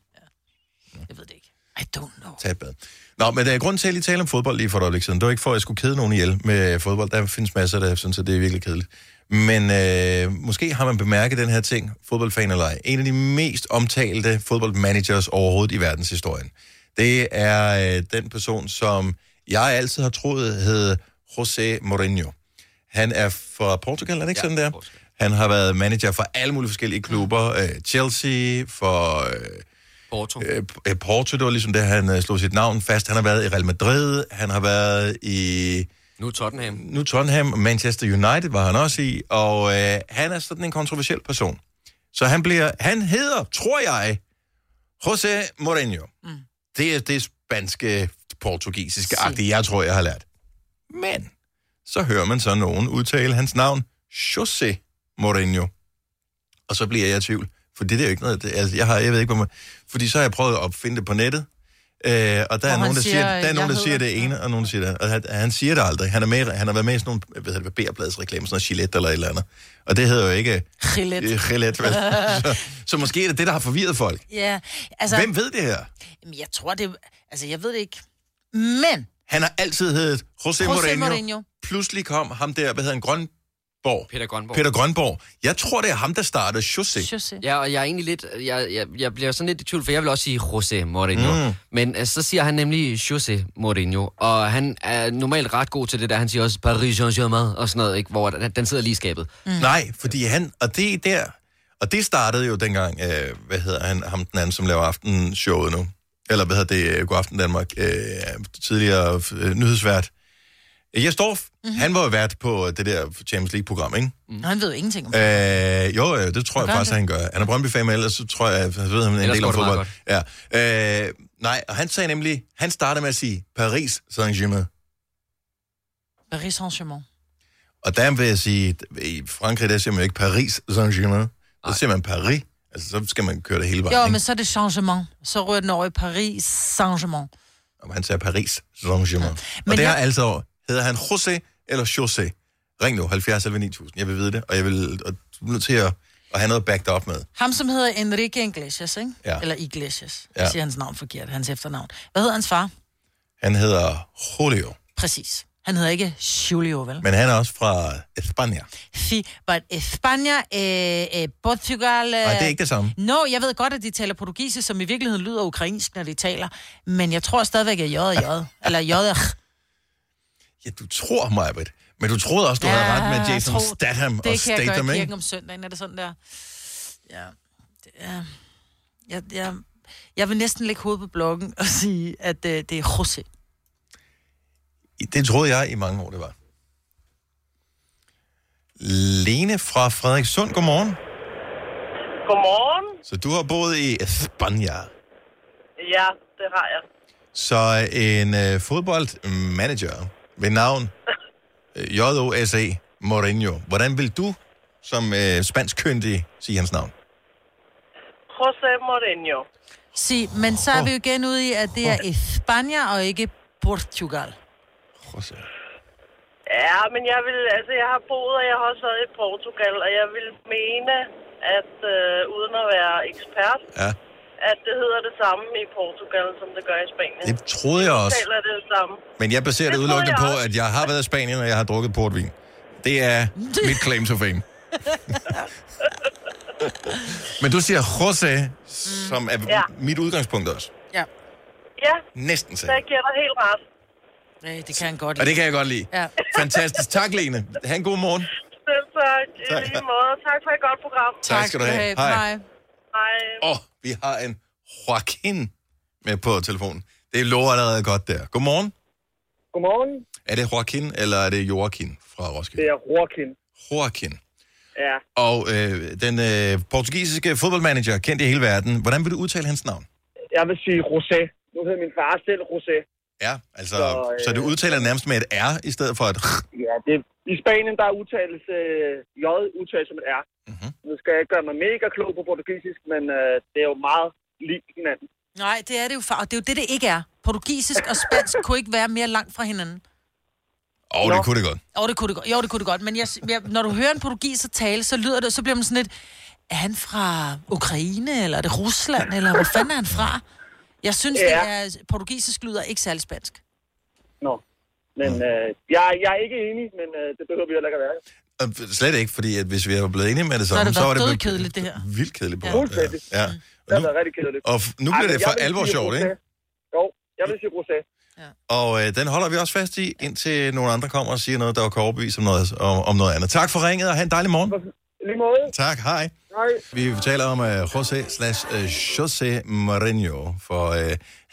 S2: I don't know.
S1: Tag et bad. Nå, men der er grund til, at jeg lige taler om fodbold lige for et øjeblik siden. Det var ikke for, at jeg skulle kede nogen ihjel med fodbold. Der findes masser, der synes, at det er virkelig kedeligt. Men øh, måske har man bemærket den her ting, fodboldfan eller ej. En af de mest omtalte fodboldmanagers overhovedet i verdenshistorien. Det er øh, den person, som jeg altid har troet hed José Mourinho. Han er fra Portugal, er det ikke ja, sådan der? Han har været manager for alle mulige forskellige klubber. Øh, Chelsea, for... Øh,
S3: Porto.
S1: Øh, øh, Porto, det var ligesom det, han øh, slog sit navn fast. Han har været i Real Madrid, han har været i...
S3: Nu Tottenham.
S1: Nu Tottenham, Manchester United var han også i, og øh, han er sådan en kontroversiel person. Så han bliver... Han hedder, tror jeg, José Mourinho. Mm. Det er det spanske, portugisiske agtige, jeg tror, jeg har lært. Men så hører man så nogen udtale hans navn, José Mourinho. Og så bliver jeg i tvivl, for det der er jo ikke noget, det, altså, jeg, har, jeg ved ikke, hvor man, fordi så har jeg prøvet at opfinde det på nettet, øh, og der er
S13: han
S1: nogen, der siger,
S13: siger,
S1: der er
S13: øh,
S1: nogen, der
S13: jeg
S1: siger det ene, og nogen, der siger det andet. Og han, han siger det aldrig. Han, er med, i- han har været med i sådan nogle, hvad hedder det, bærbladsreklamer, sådan noget Gillette eller et eller andet. Og det hedder jo ikke...
S2: Gillette.
S1: Øh, Gillette, vel? så, så måske er det det, der har forvirret folk.
S2: Ja, altså...
S1: Altså, Hvem ved det her?
S2: Jamen, jeg tror det... Altså, jeg ved det ikke. Men...
S1: Han har altid heddet José,
S2: José
S1: Mourinho.
S2: Mourinho.
S1: Pludselig kom ham der, hvad hedder han, Grønborg?
S3: Peter Grønborg.
S1: Peter Grønborg. Jeg tror, det er ham, der startede José.
S3: Ja, og jeg er egentlig lidt, øh, jeg, jeg, jeg bliver sådan lidt i tvivl, for jeg vil også sige José Mourinho.
S1: Mm.
S3: Mm. Men øh, så siger han nemlig José Mourinho, og han er normalt ret god til det der, han siger også Paris Saint-Germain og sådan noget, ikke? hvor den, den sidder lige i skabet.
S1: Mm. Nej, fordi han, og det er der, og det startede jo dengang, øh, hvad hedder han, ham den anden, som laver aftenshowet nu, eller hvad hedder det, øh, Godaften Danmark, øh, tidligere øh, nyhedsvært. Jesdorf,
S3: Mhm.
S1: mm-hmm. han var jo vært på det der Champions League-program, ikke?
S2: Mm. Han ved jo ingenting om det.
S1: Øh, jo, øh, det tror
S2: Gør
S1: jeg
S2: han
S1: faktisk,
S2: det?
S1: han gør. Han er Brøndby-fan, men ellers så tror jeg, jeg ved han en
S3: Ellers
S1: del
S3: går
S1: om
S3: det meget
S1: fodbold. Ja. Øh, nej, og han sagde nemlig, han startede med at sige Paris Saint-Germain.
S2: Paris Saint-Germain.
S1: Og der vil jeg sige, i Frankrig, der siger man jo ikke Paris Saint-Germain. Så siger man Paris. Altså, så skal man køre det hele vejen.
S2: Jo,
S1: ikke?
S2: men så er det changement. Så rører den over i Paris Saint-Germain.
S1: Om han sagde Paris Saint-Germain. Og
S2: Men
S1: det er
S2: jeg-
S1: altså over. Hedder han José eller José? Ring nu, 70 11 9000. Jeg vil vide det, og jeg vil og du er nødt til at, at have noget at back dig op med.
S2: Ham, som hedder Enrique Iglesias, ikke?
S1: Ja.
S2: Eller Iglesias.
S1: Ja.
S2: Jeg siger hans navn forkert, hans efternavn. Hvad hedder hans far?
S1: Han hedder Julio,
S2: Præcis. Han hedder ikke Julio, vel?
S1: men han er også fra Spanien.
S2: Sí, but España, eh, eh, Portugal... Eh...
S1: Nej, det er ikke det samme.
S2: No, jeg ved godt, at de taler portugisisk, som i virkeligheden lyder ukrainsk, når de taler. Men jeg tror stadigvæk, at jeg er jød. Eller jød.
S1: Ja, du tror mig, Britt. Men du troede også, du havde ret med Jason Statham
S2: det kan
S1: og
S2: jeg
S1: Statham,
S2: gøre i
S1: ikke?
S2: kirken om søndagen, er det sådan der. Ja, det er... Jeg, jeg, jeg vil næsten lægge hovedet på blokken og sige, at øh, det er José.
S1: Det troede jeg i mange år, det var. Lene fra Frederikssund, godmorgen.
S6: Godmorgen.
S1: Så du har boet i Spanien.
S6: Ja, det har jeg.
S1: Så en øh, fodboldmanager ved navn øh, J.O.S.A. Mourinho. Hvordan vil du som øh, spansk køndig sige hans navn?
S6: José Mourinho.
S2: Sig, men så er vi jo igen ude i, at det er España og ikke Portugal.
S1: José.
S6: Ja, men jeg vil, altså jeg har boet, og jeg har også været i Portugal, og jeg vil mene, at øh, uden at være ekspert,
S1: Ja.
S6: at det hedder det samme i Portugal, som det gør i Spanien.
S1: Det troede jeg også.
S6: Det taler det samme.
S1: Men jeg baserer det
S6: Det
S1: udelukkende
S6: tror
S1: på,
S6: jeg
S1: at jeg har været i Spanien, og jeg har drukket portvin. Det er mit claim to fame. Men du siger Jose, som er
S6: Ja.
S1: mit udgangspunkt også.
S2: Ja.
S6: Ja,
S1: Næsten
S6: så
S1: selv.
S6: jeg giver dig helt ret.
S2: Nej, det kan han godt
S1: Og det kan jeg godt lide.
S2: Ja.
S1: Fantastisk. Tak, Lene. Ha' en god morgen.
S6: Selv tak, i
S1: Tak.
S6: lige måde. Tak for et godt program.
S1: Tak skal du have.
S2: Øh,
S1: Tak skal du have. Hej.
S6: Hej.
S1: Åh, oh, vi har en Joaquin med på telefonen. Det lover allerede godt der. Godmorgen.
S13: Godmorgen.
S1: Er det Joaquin, eller er det Joaquin fra Roskilde?
S13: Det er Rorkin.
S1: Joaquin.
S13: Ja.
S1: Og øh, den øh, portugisiske fodboldmanager, kendt i hele verden. Hvordan vil du udtale hans navn?
S13: Jeg vil sige Rosé. Nu hedder min far selv Rosé.
S1: Ja, altså,
S13: Så,
S1: så,
S13: øh,
S1: øh... så du udtaler nærmest med et R i stedet for et R.
S13: Ja, det, i Spanien der er udtales øh, J udtales som et R.
S1: Mhm.
S13: Mm-hmm. Nu skal jeg ikke gøre mig mega klog på portugisisk, men øh, det er jo meget lige hinanden.
S2: Nej, det er det jo, far. Og det er jo det, det ikke er. Portugisisk og spansk kunne ikke være mere langt fra hinanden.
S1: Åh, oh, det kunne det godt.
S2: Jo, det kunne det godt. Jo, det kunne det godt. Men jeg, jeg, når du hører en portugiser tale, så lyder det, så bliver man sådan lidt, er han fra Ukraine, eller er det Rusland, eller hvor fanden er han fra? Jeg synes, ja. det
S13: Ja.
S2: er, portugisisk lyder ikke særlig spansk.
S13: Nå. Men øh, jeg, jeg er ikke enig, men øh, det behøver vi heller ikke at være.
S1: Og Øh, Slet ikke, fordi at hvis vi var blevet enige med det
S13: Så har
S1: samme,
S13: det
S1: så var
S13: været
S1: det
S13: dødkedeligt, det her.
S1: vildt kedeligt.
S13: Ja.
S1: program.
S13: Fuldstændig.
S1: Ja.
S13: Det har været rigtig kedeligt.
S1: Og f- nu bliver
S13: Ej, men
S1: det
S13: jeg
S1: for
S13: vil sige
S1: alvor sjovt,
S13: Rosé.
S1: ikke?
S13: Jo, jeg vil sige Rosé.
S1: Og øh, den holder vi også fast i, indtil nogle andre kommer og siger noget, der kan overbevise om noget, om, om noget andet. Tak for ringet, og have en dejlig morgen.
S13: Lige måde.
S1: Tak, hej.
S13: Hej.
S1: Vi taler om uh, José slash øh, José Mourinho, for uh,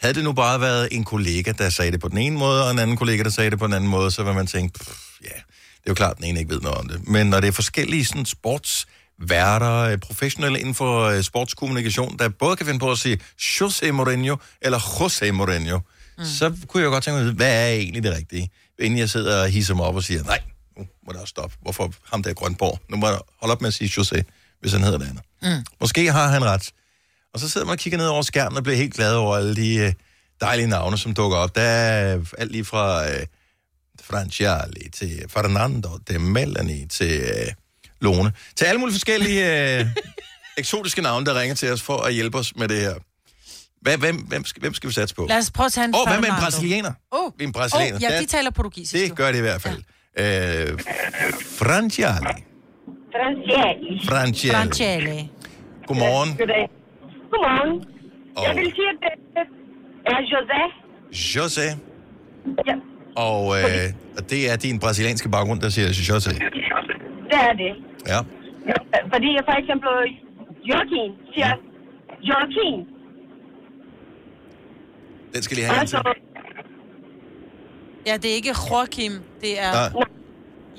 S1: havde det nu bare været en kollega, der sagde det på den ene måde, og en anden kollega, der sagde det på den anden måde, så vil man tænke, pff, ja, det er jo klart, den ene ikke ved noget om det. Men når det er forskellige sådan, sportsværter, øh, professionelle inden for øh, sportskommunikation, der både kan finde på at sige José Mourinho eller José Mourinho, mm. så kunne jeg godt tænke mig, at vide, hvad er egentlig det rigtige? Inden jeg sidder og hisser mig op og siger, nej, nu "Uh, må der stoppe. Hvorfor ham der i Grønborg? Nu må jeg holde op med at sige José, hvis han hedder det andet.
S14: Mm.
S1: Måske har han ret. Og så sidder man og kigger ned over skærmen og bliver helt glad over alle de øh, dejlige navne, som dukker op. Der er øh, alt lige fra øh, Franciali til Fernando, til Melanie, til øh, Lone. Til alle mulige forskellige øh, eksotiske navne, der ringer til os for at hjælpe os med det her. Hvad, hvem, hvem, skal, hvem skal vi satse på?
S2: Lad os prøve at tage en
S1: Åh, hvad med en
S2: Fernando.
S1: brasilianer?
S2: Åh,
S1: En brasilianer.
S2: Åh, ja,
S1: Der-
S2: de taler portugisisk.
S1: Det gør det i hvert fald. Ja. Øh, Franciali.
S15: Franciali.
S1: Franciali.
S2: Franciale.
S1: Godmorgen.
S15: Goddag. Godmorgen.
S1: Og
S15: Jeg vil sige, at det er José.
S1: José.
S15: Ja.
S1: Og øh, og det er din brasilianske baggrund, der siger José.
S15: Det er det.
S1: Ja.
S15: Fordi jeg for eksempel, Joaquin siger, Joaquin.
S1: Den skal lige have en til.
S2: Ja, det er ikke Joachim, det er
S1: Nej.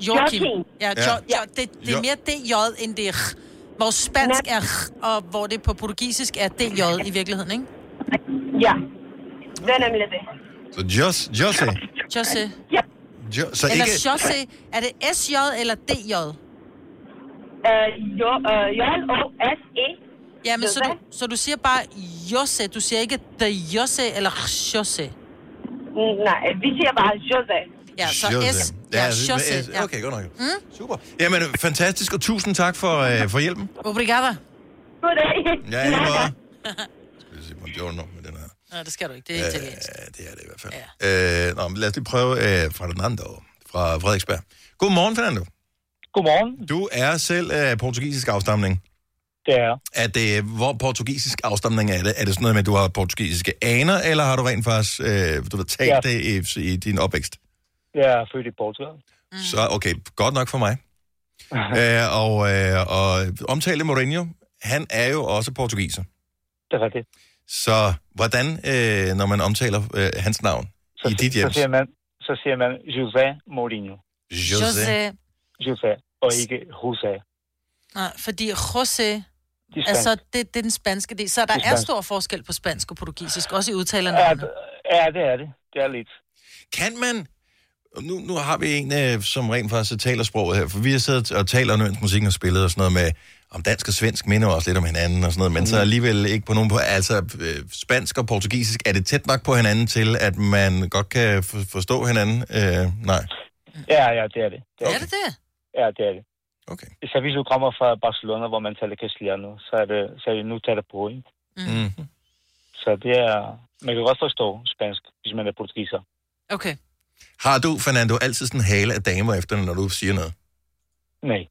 S2: Joachim.
S1: Joachim.
S2: Ja, jo,
S1: Ah. Ja.
S2: jo, det, det er
S1: Jo.
S2: mere DJ end det er R. Hvor spansk er R, og hvor det på portugisisk er DJ i virkeligheden, ikke?
S15: Ja. Det er nemlig det.
S1: Så Jos, José.
S2: José.
S1: Jo, så
S2: eller
S1: ikke...
S2: José. Er det SJ eller DJ?
S15: Øh, jo, øh, J-O-S-E.
S6: E.
S2: Ja, men så
S15: José.
S2: du, så du siger bare Jose. Du siger ikke The Jose eller Jose.
S6: Mm,
S15: Nej, vi siger bare José.
S2: Ja, så S.
S1: Ja,
S2: Ja,
S1: altså, med S.
S2: José. Ja. Mm?
S1: Okay, godt nok. Super. Jamen, fantastisk, og tusind tak for, øh, for hjælpen.
S2: Obrigada.
S15: Goddag.
S1: Ja, i lige måde. Skal vi se, buongiorno med den her.
S2: Nej, det skal du ikke. Det er
S1: Øh,
S2: italiensk.
S1: det er det i hvert fald. Øh, nå, men lad os lige prøve øh, Fernando fra Frederiksberg. Godmorgen, Fernando.
S16: Godmorgen.
S1: Du er selv øh, portugisisk afstamning.
S16: Det er
S1: Er det, hvor portugisisk afstamning er det? Er det sådan noget med, at du har portugisiske aner, eller har du rent faktisk øh, du ved, talt
S16: Ja.
S1: ja. det i, i din opvækst?
S16: Jeg er født i Portugal.
S1: Mm. Så okay, godt nok for mig. Æ, og, øh, og omtale Mourinho, han er jo også portugiser.
S16: Det er rigtigt.
S1: Så hvordan, øh, når man omtaler øh, hans navn så, i dit hjem?
S16: Så siger man, så siger man José Mourinho.
S1: José.
S16: José, og ikke José.
S2: Nej, fordi Jose...
S16: Det er
S2: Altså,
S16: spansk.
S2: det, det er den spanske del. Så der
S16: Det er
S2: er
S16: spansk.
S2: stor forskel på spansk og portugisisk, også i udtalerne.
S16: Ja, d- ja, det er det. Det er lidt.
S1: Kan man... Nu, nu har vi en, øh, som rent faktisk taler sproget her, for vi har siddet og talt om øens musikken og spillet og sådan noget med, om dansk og svensk minder også lidt om hinanden og sådan noget, men så alligevel ikke på nogen på... Altså, øh, spansk og portugisisk, er det tæt nok på hinanden til, at man godt kan for, forstå hinanden? Øh, nej.
S16: Ja, ja, det er det. det
S2: Er det det?
S16: Ja, det er det.
S1: Okay.
S16: Især hvis du kommer fra Barcelona, hvor man taler castellano, så er det, så er det nu taler på, ikke?
S1: Mm.
S16: Så det er... Man kan godt forstå spansk, hvis man er portugiser.
S2: Okay.
S1: Har du, Fernando, altid sådan en hale af damer efter, når du siger noget?
S16: Nej.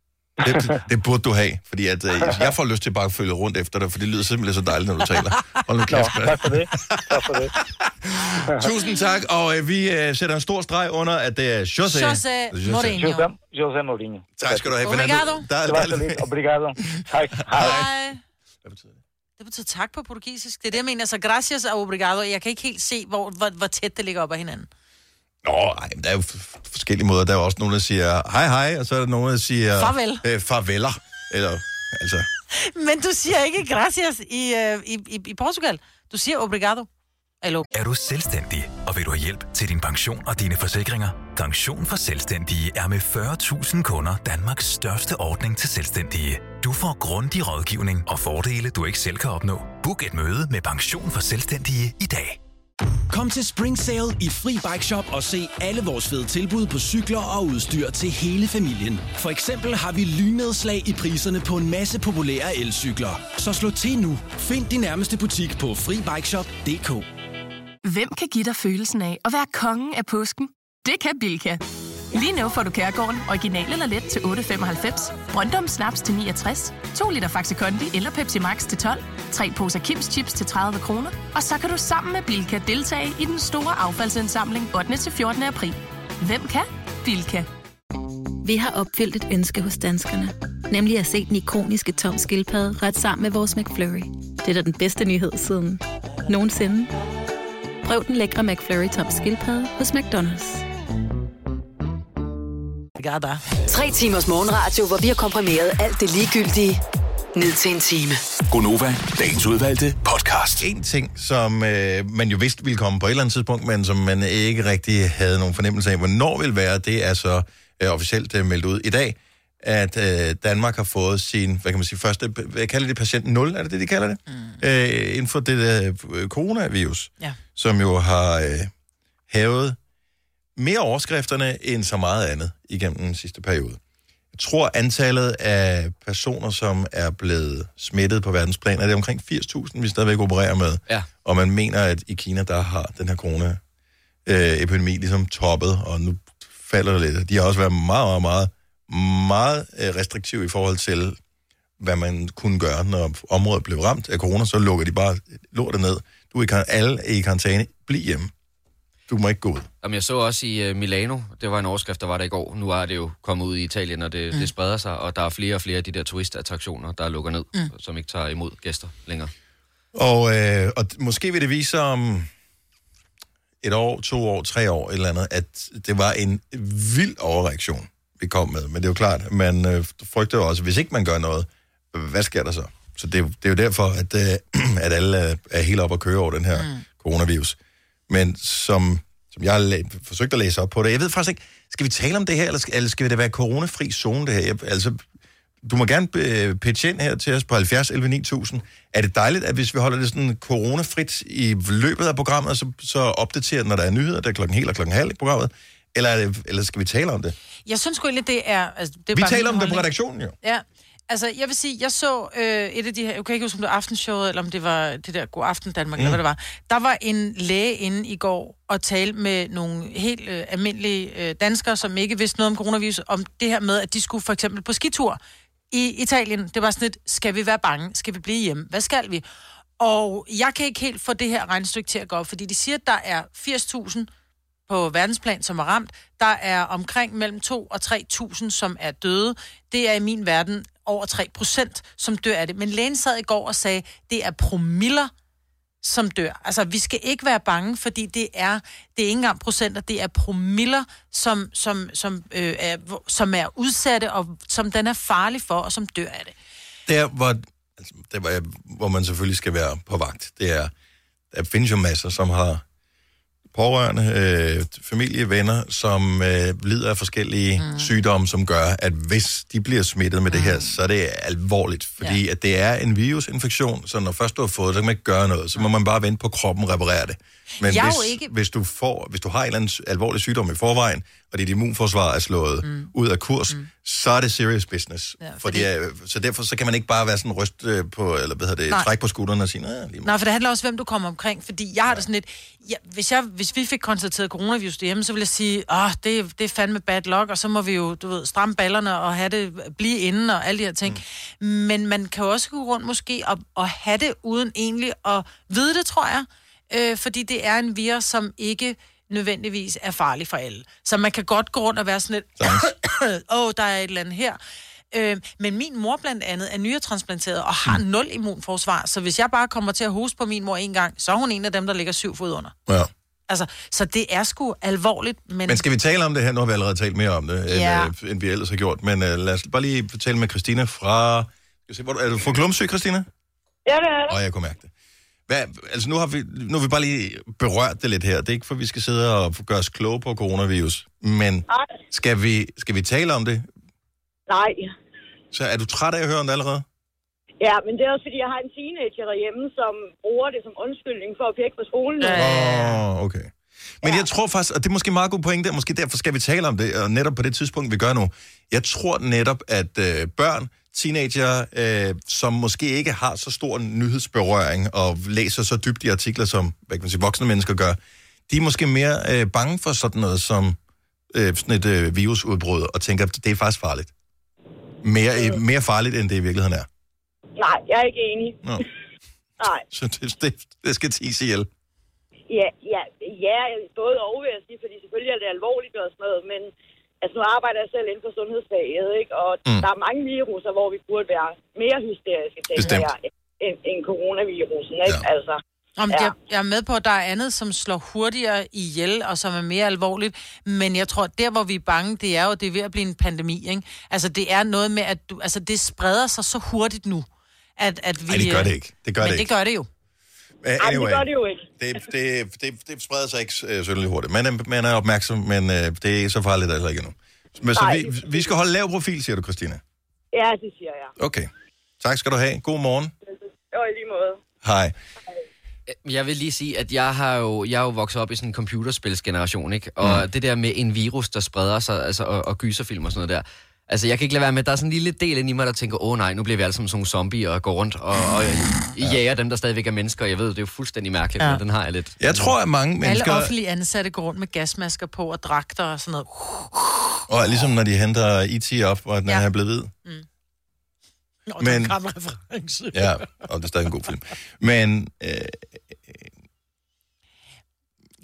S1: Det, det burde du have, fordi at, øh, jeg får lyst til bare at følge rundt efter dig, for det lyder simpelthen så dejligt, når du taler. Hold nu kæft, mand.
S16: Tak for det. Tak for det.
S1: Tusind tak, og øh, vi øh, sætter en stor streg under, at det er José.
S2: José Mourinho.
S16: José, José Mourinho.
S1: Tak skal du have,
S2: Obrigado.
S1: Fernando. Der er
S16: Det var så
S1: dejligt.
S16: lidt. Obrigado. Tak. Hej.
S2: Hej.
S1: Hvad betyder det?
S2: Det betyder tak på portugisisk. Det er det, jeg mener. Så gracias og obrigado. Jeg kan ikke helt se, hvor, hvor, hvor tæt det ligger op ad hinanden.
S1: Nå, ej, men der er jo f- forskellige måder. Der er jo også nogen, der siger hej hej, og så er der nogen, der siger...
S2: Farvel.
S1: Øh, farveler. Eller, altså...
S2: Men du siger ikke gracias i, øh, i, i, i Portugal. Du siger obrigado. Eller
S14: Er du selvstændig, og vil du have hjælp til din pension og dine forsikringer? Pension for Selvstændige er med 40.000 kunder Danmarks største ordning til selvstændige. Du får grundig rådgivning og fordele, du ikke selv kan opnå. Book et møde med Pension for Selvstændige i dag.
S17: Kom til Spring Sale i Fri Bike Shop og se alle vores fede tilbud på cykler og udstyr til hele familien. For eksempel har vi lynedslag i priserne på en masse populære elcykler. Så slå til nu. Find din nærmeste butik på FriBikeShop.dk
S18: Hvem kan give dig følelsen af at være kongen af påsken? Det kan Bilka! Lige nu får du Kærgården original eller let til 8.95, Brøndum Snaps til 69, 2 liter Faxi Kondi eller Pepsi Max til 12, 3 poser Kims Chips til 30 kroner, og så kan du sammen med Bilka deltage i den store affaldsindsamling 8. til 14. april. Hvem kan? Bilka.
S19: Vi har opfyldt et ønske hos danskerne. Nemlig at se den ikoniske tom skildpadde ret sammen med vores McFlurry. Det er da den bedste nyhed siden nogensinde. Prøv den lækre McFlurry tom skildpadde hos McDonald's.
S2: Obrigada.
S4: Tre timers morgenradio, hvor vi har komprimeret alt det ligegyldige ned til en time.
S1: Gonova, dagens udvalgte podcast. En ting, som øh, man jo vidste ville komme på et eller andet tidspunkt, men som man ikke rigtig havde nogen fornemmelse af, hvornår vil være, det er så øh, officielt øh, meldt ud i dag, at øh, Danmark har fået sin, hvad kan man sige, første, hvad kalder de patient 0, er det det, de kalder det? Mm. Øh, inden for det der øh, coronavirus,
S2: Ja.
S1: som jo har øh, havet mere overskrifterne end så meget andet igennem den sidste periode. Jeg tror, antallet af personer, som er blevet smittet på verdensplan, er det omkring 80.000, vi stadigvæk opererer med.
S3: Ja.
S1: Og man mener, at i Kina, der har den her corona-epidemi ligesom toppet, og nu falder det lidt. De har også været meget, meget, meget, meget øh, restriktive i forhold til, hvad man kunne gøre, når området blev ramt af corona, så lukker de bare lortet ned. Du er i, kar- alle er i karantæne. Bliv hjemme. Du må ikke gå ud.
S3: Jamen, jeg så også i øh, Milano, det var en overskrift, der var der i går. Nu er det jo kommet ud i Italien, og det, mm. det spreder sig, og der er flere og flere af de der turistattraktioner, der lukker ned,
S2: Mm.
S3: mm. som ikke tager imod gæster længere.
S1: Og, øh, og d- måske vil det vise sig om et år, to år, tre år, et eller andet, at det var en vild overreaktion, vi kom med. Men det er jo klart, man øh, frygter jo også, hvis ikke man gør noget, hvad sker der så? Så det, er jo- det er jo derfor, at, øh, at alle er, er helt op at køre over den her mm. coronavirus. Men som, som jeg har la- forsøgt at læse op på det, jeg ved faktisk ikke, skal vi tale om det her, eller skal, eller skal det være coronafri zone, det her? Jeg, altså, du må gerne øh, pitche ind her til os på 70 11 9000. Er det dejligt, at hvis vi holder det sådan coronafrit i løbet af programmet, så, så opdaterer den, når der er nyheder, der er klokken helt og klokken halv i programmet? Eller, er det, eller skal vi tale om det?
S2: Jeg synes sgu egentlig, det er... Altså, det er
S1: vi
S2: bare min
S1: taler om det på
S2: holdning.
S1: redaktionen jo.
S2: Ja, altså jeg vil sige, jeg så øh, et af de her, jeg kan ikke huske, om det var aftenshowet, eller om det var det der God Aften Danmark, mm. eller hvad det var. Der var en læge inde i går og talte med nogle helt øh, almindelige øh, danskere, som ikke vidste noget om coronavirus, om det her med, at de skulle for eksempel på skitur i Italien. Det var sådan et, skal vi være bange? Skal vi blive hjemme? Hvad skal vi? Og jeg kan ikke helt få det her regnestykke til at gå op, fordi de siger, at der er 80.000 på verdensplan, som er ramt. Der er omkring mellem 2 og 3.000, som er døde. Det er i min verden over 3 procent, som dør af det. Men lægen sad i går og sagde, det er promiller, som dør. Altså, vi skal ikke være bange, fordi det er, det er ikke engang procenter, det er promiller, som, som, som, øh, er, hvor- som er udsatte, og som den er farlig for, og som dør af det.
S1: Der, hvor, altså, der hvor, jeg, hvor man selvfølgelig skal være på vagt, det er, der findes jo masser, som har pårørende, øh, familie, venner, som øh, lider af forskellige mm. sygdomme, som gør, at hvis de bliver smittet med mm. det her, så er det alvorligt. Fordi ja. at det er en virusinfektion, så når først du har fået det, så kan man ikke gøre noget. Så må man bare vente på, at kroppen reparerer det. Men
S2: Jeg er
S1: hvis,
S2: jo ikke-
S1: hvis, du får, hvis du har en eller anden s- alvorlig sygdom i forvejen, og dit immunforsvar er slået mm. ud af kurs, mm. så er det serious business. Ja, fordi... Fordi, øh, så derfor så kan man ikke bare være sådan ryst øh, på, eller hvad hedder det,
S2: Nej.
S1: træk på skulderen og sige, "Nå, lige
S2: Nej, for det handler også om, hvem du kommer omkring. Fordi jeg har det sådan lidt... Ja, hvis, jeg, hvis vi fik konstateret coronavirus derhjemme, så ville jeg sige, åh, det, er- det er fandme bad luck, og så må vi jo, du ved, stramme ballerne og have det, blive inde og alle de her ting. Mm. Men man kan jo også gå rundt måske og, og have det uden egentlig at vide det, tror jeg. Øh, fordi det er en virus, som ikke nødvendigvis er farlig for alle. Så man kan godt gå rundt og være sådan lidt, åh, oh, der er et eller andet her. Øh, men min mor blandt andet er nyretransplanteret og har
S1: Hmm.
S2: nul immunforsvar, så hvis jeg bare kommer til at hoste på min mor en gang, så er hun en af dem, der ligger syv fod under.
S1: Ja.
S2: Altså, så det er sgu alvorligt, men...
S1: Men skal vi tale om det her? Nu har vi allerede talt mere om det, end,
S2: Ja.
S1: øh, end vi ellers har gjort. Men øh, lad os bare lige tale med Christina fra... Skal vi se, hvor du- Er du fra Glumsø, Christina?
S15: Ja, det er det.
S1: Åh, oh, jeg kunne mærke det. Hvad, altså, nu har, vi, nu har vi bare lige berørt det lidt her. Det er ikke, for vi skal sidde og gøre os kloge på coronavirus. Men skal vi, skal vi tale om det?
S15: Nej.
S1: Så er du træt af at høre om det allerede?
S15: Ja, men det er også fordi, jeg har en teenager derhjemme, som bruger det som undskyldning for at pjekke på skolen.
S1: Åh, oh, okay. Men jeg tror faktisk, og det er måske en meget god pointe, og måske derfor skal vi tale om det, og netop på det tidspunkt, vi gør nu. Jeg tror netop, at øh, børn, teenager, øh, som måske ikke har så stor en nyhedsberøring og læser så dybt i artikler, som hvad kan man sige, voksne mennesker gør, de er måske mere øh, bange for sådan noget som øh, sådan et øh, virusudbrud, og tænker, at det er faktisk farligt. Mere, øh, mere farligt, end det i virkeligheden er.
S15: Nej, jeg er ikke enig.
S1: Nå.
S15: Nej.
S1: Så det, det, det skal tis ihjel.
S15: Ja, ja, ja, både og vil jeg sige, fordi selvfølgelig er det alvorligt og sådan noget, men altså nu arbejder jeg selv inden for sundhedsfaget, ikke? og
S1: Mm.
S15: mm. der er mange viruser, hvor vi burde være mere hysteriske, tænker jeg, end, end coronavirusen, ikke? Ja. Altså,
S2: Om ja. jeg, jeg er med på, at der er andet, som slår hurtigere ihjel, og som er mere alvorligt. Men jeg tror, der hvor vi er bange, det er jo, at det er ved at blive en pandemi. Ikke? Altså det er noget med, at du, altså, det spreder sig så hurtigt nu. At, at vi, øh,
S1: Ej, det gør det ikke. Det gør
S2: men
S1: det
S2: det
S1: ikke.
S2: gør det jo.
S1: Uh,
S2: Ej, men det gør det
S15: jo ikke.
S1: Det, det, det, det spreder sig ikke øh, synderligt hurtigt. Man er, man er opmærksom, men øh, det er ikke så farligt altså ikke endnu. Men, så
S15: Nej.
S1: vi, vi skal holde lav profil, siger du, Christina.
S15: ja, det siger jeg.
S1: Okay. Tak skal du have. God morgen.
S15: Jo, i lige måde.
S1: Hej.
S3: Øh, Jeg vil lige sige, at jeg har jo, jeg er jo vokset op i sådan en computerspilsgeneration, ikke? Og mm. det der med en virus, der spreder sig, altså, og, og gyserfilm og sådan noget der. Altså, jeg kan ikke lade være med, at der er sådan en lille del inde i mig, der tænker, åh oh, nej, nu bliver vi alle sammen sådan nogle zombier og går rundt og, og ja. jager dem, der stadigvæk er mennesker. Jeg ved, det er jo fuldstændig mærkeligt,
S2: Ja.
S3: ja. men den har jeg lidt.
S1: Jeg tror, at mange
S2: Mennesker...
S1: mennesker...
S2: Alle offentlige ansatte går rundt med gasmasker på og dragter og sådan noget.
S1: Og ligesom når de henter IT op, og den ja. er blevet hvid.
S2: Nå,
S1: Men-
S2: men... det er en gammel reference.
S1: Ja, og det er stadig en god film. Men øh,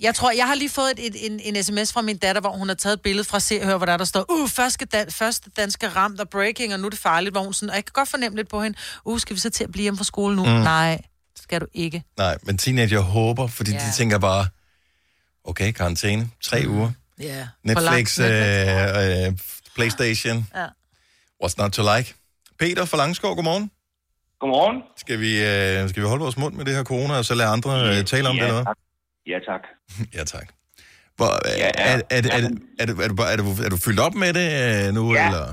S2: Jeg tror, jeg har lige fået et, et, en, en sms fra min datter, hvor hun har taget et billede fra Se og Hør, hvor der, der står, uh, første, dan- første danske ramt og breaking, og nu er det farligt, hvor hun sådan, og jeg kan godt fornemme lidt på hende, uh, skal vi så til at blive hjemme fra skole nu?
S1: Mm.
S2: Mm. Nej, det skal du ikke.
S1: nej, men teenager håber, fordi ja.
S2: Ja. Mm.
S1: de tænker bare, okay, karantæne, tre uger,
S2: Ja.
S1: Netflix, øh, øh, Playstation,
S2: Ja.
S1: What's not to like? Peter fra Langskov, godmorgen.
S20: Godmorgen.
S1: Skal vi, øh, skal vi holde vores mund med det her corona, og så lade andre øh, tale om det,
S20: ja,
S1: eller hvad?
S20: tak. Ja, tak.
S1: Ja, tak. Hvor, øh, er, er, er, er, er, er, du- er, du, bare- er, du, er du fyldt op med det øh, nu,
S20: Ja.
S1: eller?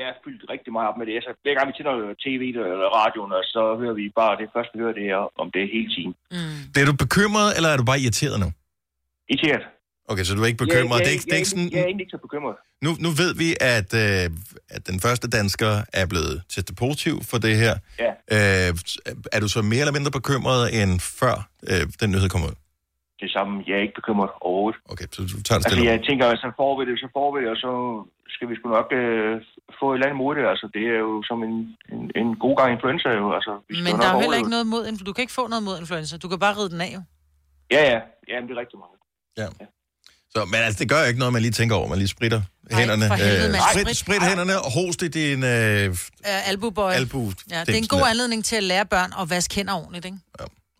S20: Jeg er fyldt rigtig meget op med det. Altså, hver gang vi tænder øh, tv eller radioen, og så hører vi bare det første, vi hører det her om det hele tiden.
S2: Mm.
S1: Er du bekymret, eller er du bare irriteret nu?
S20: Irriteret.
S1: Okay, så du er ikke bekymret.
S20: Jeg, jeg,
S1: det er ikke, det
S20: jeg,
S1: er ikke sådan,
S20: jeg, er egentlig ikke så bekymret.
S1: nu, nu ved vi, at, øh, at den første dansker er blevet testet positiv for det her.
S20: Ja.
S1: Øh, er du så mere eller mindre bekymret, end før øh, den nyhed kom ud?
S20: Det samme. Jeg er ikke bekymret overhovedet.
S1: Okay, så du tager det
S20: Altså,
S1: stille. og
S20: jeg tænker, at så får vi det, så får vi det, og så skal vi sgu nok øh, få et eller andet mod det. Altså, det er jo som en, en, en god gang influenza, jo. Altså, vi skal
S2: Men
S20: jo
S2: der
S20: nok
S2: er jo heller
S20: overleve
S2: ikke
S20: det.
S2: noget mod, influ- du kan ikke få noget mod influenza, du kan bare ride den af jo.
S20: Ja, ja. Jamen, det er rigtig meget.
S1: Ja. Så, men altså, det gør jo ikke noget, man lige tænker over. Man lige spritter
S2: Nej,
S1: hænderne.
S2: for helvede,
S1: Øh,
S2: mand.
S1: sprit,
S2: Sprit.
S1: sprit hænderne og host i din øh,
S2: Uh, albubøj.
S1: albu.
S2: Ja, det er en god anledning til at lære børn at vaske hænder ordentligt, ikke?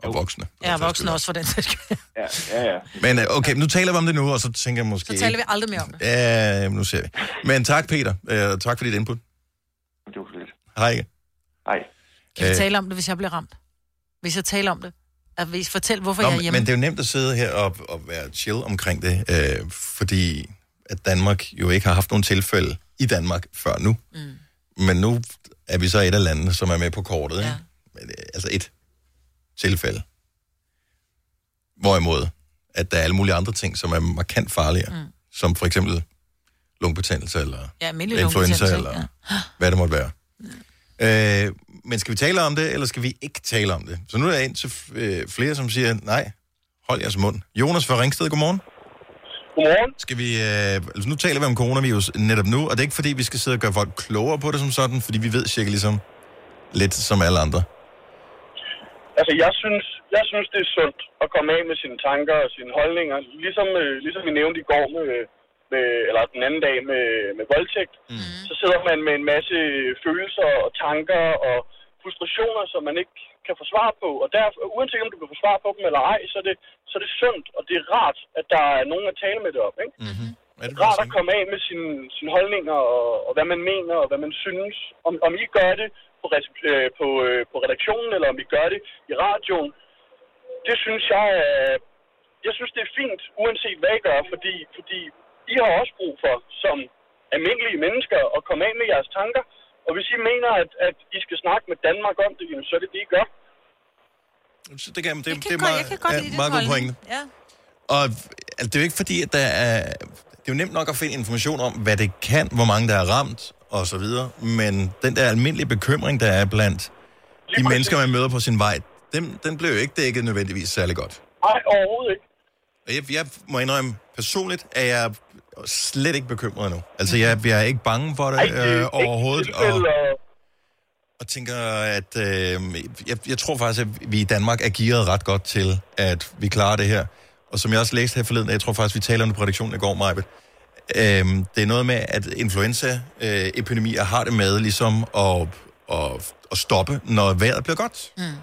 S1: Og voksne.
S2: Ja, voksne også for den sags skyld.
S20: Ja, ja, ja.
S1: Men øh, okay, nu taler vi om det nu, og så tænker jeg måske...
S2: Så taler vi aldrig mere om
S1: Øh.
S2: det.
S1: Ja, nu ser vi. Men tak, Peter. Øh, tak for dit input.
S20: Det var lidt.
S1: Hej.
S20: Hej.
S2: Kan vi tale om det, Altså, hvis jeg bliver ramt? Hvis jeg taler om det? at vise, fortæl, hvorfor
S1: Nå,
S2: jeg er
S1: men-
S2: hjemme.
S1: Men det er jo nemt at sidde her og, og være chill omkring det, øh, fordi at Danmark jo ikke har haft nogen tilfælde i Danmark før nu. Mm. Men nu er vi så et af landene, som er med på kortet. Ja. Ikke? Men, øh, altså et tilfælde. Hvorimod, at der er alle mulige andre ting, som er markant farligere. Mm. Som for eksempel lungebetændelse eller
S2: Ja, almindelig
S1: influenza
S2: lungebetændelse,
S1: eller hvad det måtte være. Øh, men skal vi tale om det, eller skal vi ikke tale om det? Så nu er der en til øh, flere, som siger, nej, hold jeres mund. Jonas fra Ringsted, godmorgen.
S13: Godmorgen.
S1: Skal vi, øh, altså nu taler vi om coronavirus netop nu, og det er ikke fordi, vi skal sidde og gøre folk klogere på det som sådan, fordi vi ved cirka ligesom lidt som alle andre.
S13: Altså, jeg synes, jeg synes, det er sundt at komme af med sine tanker og sine holdninger. Ligesom, øh, ligesom vi nævnte i går, med, med, eller den anden dag med, med voldtægt, mm. så sidder man med en masse følelser og tanker og frustrationer, som man ikke kan få svar på. Og derfor, uanset om du kan få svar på dem eller ej, så er det, så er det sundt, og det er rart, at der er nogen at tale med det op. Ikke?
S1: Mm-hmm. Er
S13: det rart at komme af med sine, sine holdninger og, og hvad man mener og hvad man synes. Om, om I gør det på, rece- øh, på, øh, på redaktionen, eller om I gør det i radioen, det synes jeg er... Jeg synes, det er fint, uanset hvad I gør, fordi, fordi I har også brug for, som almindelige mennesker, at komme af med jeres tanker. Og hvis I mener, at, at I skal snakke med Danmark om det, jamen, så er det det, I gør.
S1: Så det, kan, det, det
S13: kan
S1: er
S13: godt-
S1: meget,
S13: jeg kan godt
S1: ja,
S13: lide den
S1: meget god
S13: holdning.
S1: pointe.
S2: Ja.
S1: Og altså, det er jo ikke fordi, at der er... Det er jo nemt nok at finde information om, hvad det kan, hvor mange der er ramt og så videre, men den der almindelige bekymring, der er blandt de mennesker, man møder på sin vej, den, den blev jo ikke dækket nødvendigvis særlig godt.
S13: Nej, overhovedet ikke.
S1: Og jeg, jeg må indrømme, personligt er jeg slet ikke bekymret nu. Altså, jeg, jeg er ikke bange for
S13: Mm.
S1: det,
S13: Ej, det er
S1: øh,
S13: ikke
S1: overhovedet. Og,
S13: tilfælde,
S1: og tænker, at øh, jeg, jeg tror faktisk, at vi i Danmark er gearet ret godt til, at vi klarer det her. Og som jeg også læste her forleden, og jeg tror faktisk, vi taler om det på redaktionen i går, Majbet, øh, det er noget med, at influenzaepidemier har det med ligesom at, at, at stoppe, når vejret bliver godt.
S2: Mm.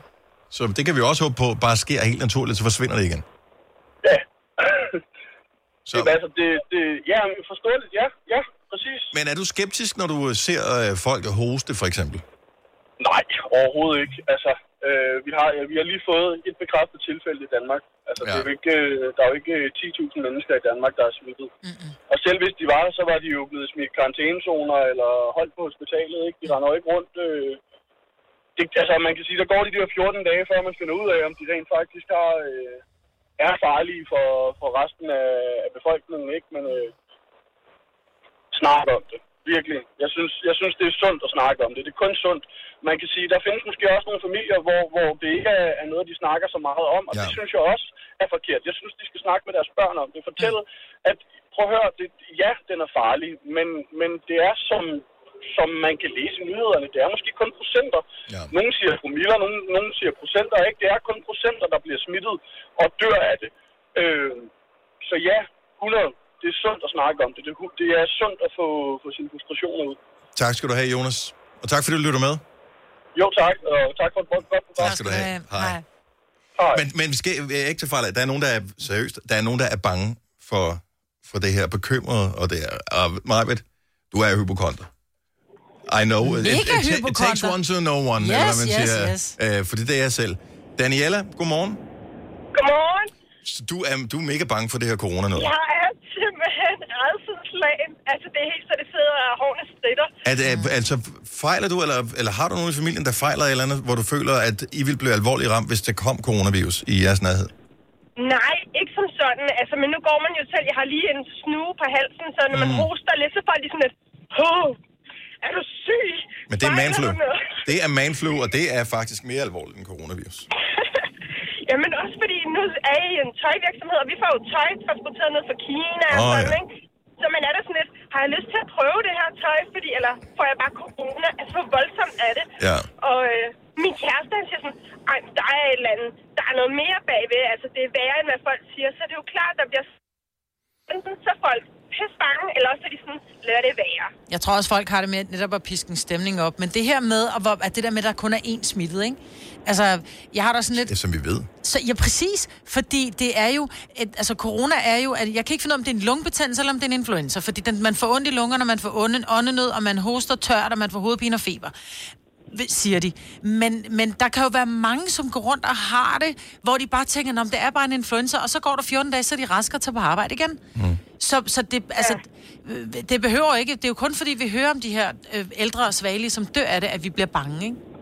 S1: Så det kan vi jo også håbe på, bare sker helt naturligt, så forsvinder det igen.
S13: Så. Det, er altså, det, det, ja, men forståeligt, ja, ja, præcis.
S1: Men er du skeptisk, når du ser øh, folk hoste, for eksempel?
S13: Nej, overhovedet ikke. Altså, øh, vi, har, vi har lige fået et bekræftet tilfælde i Danmark. Altså, ja. det er jo ikke, øh, der er jo ikke øh, 10.000 mennesker i Danmark, der er smittet. Mm-hmm. Og selv hvis de var, så var de jo blevet smidt i karantænezoner eller holdt på hospitalet. Ikke? De render jo ikke rundt. Øh. Det, altså, man kan sige, der går de der 14 dage, før man finder ud af, om de rent faktisk har, øh, er farlige for, for resten af, af befolkningen. Ikke? Men øh, snak om det. Virkelig. Jeg synes, jeg synes, det er sundt at snakke om det. Det er kun sundt. Man kan sige, der findes måske også nogle familier, hvor, hvor det ikke er er noget, de snakker så meget om, og ja. det synes jeg også er forkert. Jeg synes, de skal snakke med deres børn om det. Fortælle, at prøv at høre, det, ja, den er farlig, men, men det er som, som man kan læse i nyhederne. Det er måske kun procenter. Ja. Nogle siger promiller, nogle, nogle siger procenter, ikke? Det er kun procenter, der bliver smittet og dør af det. Øh, så ja, 100. Det er sundt at snakke om det. Det, er- det er sundt at få, få sine frustrationer ud.
S1: Tak skal du have, Jonas. Og tak fordi du lytter med.
S13: Jo, tak. Og tak for et godt godt program.
S1: Tak skal du have. Hej.
S13: Hej.
S1: Men, men vi skal vi er ikke til fejl. Der er nogen, der er seriøst. Der er nogen, der er bange for, for det her, bekymret. Og det er, og Marvitt, du er hypokonter. I know. It, it,
S2: Mega
S1: it, it takes
S2: hypokonter.
S1: one to know one,
S2: Yes,
S1: eller hvad man
S2: yes,
S1: siger.
S2: yes.
S1: Øh, for det er jeg selv. Daniela, godmorgen.
S21: Godmorgen.
S1: Så du er, du er mega bange for det her corona noget.
S21: Jeg er simpelthen redselslagen. Altså, det er helt så, det sidder og hårene stritter.
S1: At, mm. altså, fejler du, eller, eller har du nogen i familien, der fejler et eller andet, hvor du føler, at I vil blive alvorligt ramt, hvis der kom coronavirus i jeres nærhed?
S21: Nej, ikke som sådan. Altså, men nu går man jo selv. Jeg har lige en snue på halsen, så når man
S1: Mm.
S21: hoster lidt, så får de sådan et... Åh, er du syg?
S1: Men det er
S21: Fejler
S1: manflu.
S21: du noget?"
S1: Det er manflu, og det er faktisk mere alvorligt end coronavirus.
S21: Jamen også fordi nu er I en tøjvirksomhed, og vi får jo tøj transporteret ned fra Kina og
S1: Åh,
S21: sådan,
S1: ja.
S21: ikke? Så man er da sådan lidt, har jeg lyst til at prøve det her tøj, fordi, eller får jeg bare corona? Altså, hvor voldsomt er det?
S1: Ja.
S21: Og øh, min kæreste, han siger sådan, ej, men der er et eller andet, der er noget mere bagved, altså det er værre, end hvad folk siger, så det er jo klart, der bliver enten så er folk pissbange, eller også er de sådan, lad det være.
S2: Jeg tror også, folk har det med netop at piske en stemning op. Men det her med, at, hvor- at det der med, at der kun er én smittet, ikke? Altså, jeg har da sådan lidt...
S1: Det er, som vi ved.
S2: Så, ja, præcis. Fordi det er jo... Et, altså, corona er jo... At jeg kan ikke finde ud af, om det er en lungebetændelse, eller om det er en influenza. Fordi den, man får ondt i lungerne, man får onde, åndenød, og man hoster tørt, og man får hovedpine og feber. vi- siger de. Men, men der kan jo være mange, som går rundt og har det, hvor de bare tænker, om det er bare en influenza, og så går der 14 dage, så er de raske og tager på arbejde igen. Mm. Så, så det, altså, øh, det behøver ikke, det er jo kun fordi, vi hører om de her øh, ældre og svagelige, som dør af det, at vi bliver bange, ikke?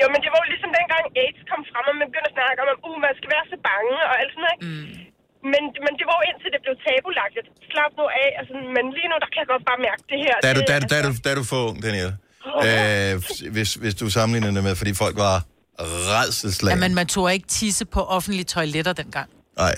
S21: Jo, men det var jo ligesom dengang AIDS kom frem, og man begyndte at snakke om, at uh, man skal være så bange og alt sådan noget, ikke? Mm. Men, men det var jo indtil det blev tabulagt. at Slap nu af, og sådan, men lige nu, der kan jeg godt bare mærke det her.
S1: Der er du,
S21: det, altså-
S1: der, er du- der, er du, der er du for ung, Daniel. Øh, hvis, hvis du sammenligner det med, fordi folk var redselslag.
S2: Jamen, man tog ikke tisse på offentlige toiletter dengang.
S1: Nej.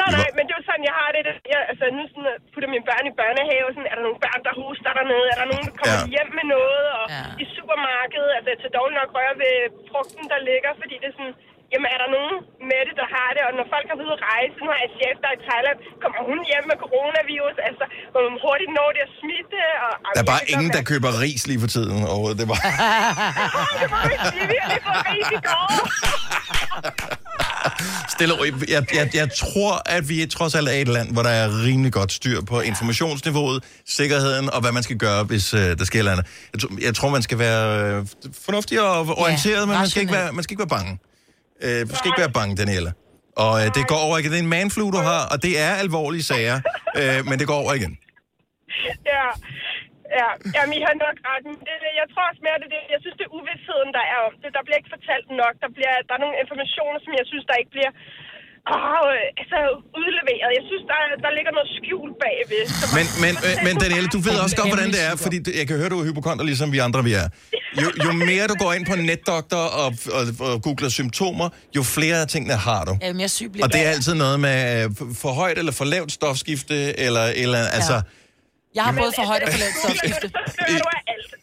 S21: Nej, nej, men det er jo sådan, jeg har det. det- Jeg, altså, nu sådan, øh, putter mine børn i børnehave, sådan, er der nogle børn, der hoster dernede? Er der nogen, der kommer ja. hjem med noget? Og ja. i supermarkedet, altså, jeg tager dårligt nok røre ved frugten, der ligger, fordi det er sådan, jamen, er der nogen med det, der har det? Og når folk er ude at rejse, nu har jeg en chef, der er i Thailand, kommer hun hjem med coronavirus? Altså, hvor man hurtigt når det at smitte? Og,
S1: Der er bare ingen, der køber ris lige for tiden. Og det var... Stille og roligt. jeg, jeg, jeg tror, at vi er trods alt er et land, hvor der er rimelig godt styr på informationsniveauet, sikkerheden og hvad man skal gøre, hvis øh, der sker et eller andet. Jeg, tror- jeg tror, man skal være øh, fornuftig og orienteret, ja, men man skal, ikke være, man skal ikke være bange. Øh, du skal ikke være bange, Daniela. Og øh, det går over igen. Det er en manflu, du har, og det er alvorlige sager, øh, men det går over igen.
S21: Ja, ja. Jamen, I har nok ret. Men Det, jeg tror også mere, det, er det, jeg synes, det er uvidsheden, der er om det. Der bliver ikke fortalt nok. Der, bliver, der er nogle informationer, som jeg synes, der ikke bliver åh, øh, altså, udleveret. Jeg synes, der, der ligger noget skjult bagved. Så
S1: Men, men, øh, men Danielle, du ved også godt, hvordan det er, fordi det- jeg kan høre, du er hypokonder, ligesom vi andre vi er. Jo, jo mere du går ind på en netdoktor og, og, og googler symptomer, jo flere af tingene har du.
S2: Jamen, jeg er syg bliver
S1: Og det er
S2: jeg.
S1: altid noget med øh, for- for højt eller for lavt stofskifte, eller et eller andet. Altså,
S2: Jeg har både for højt og for lavt stofskifte.
S21: det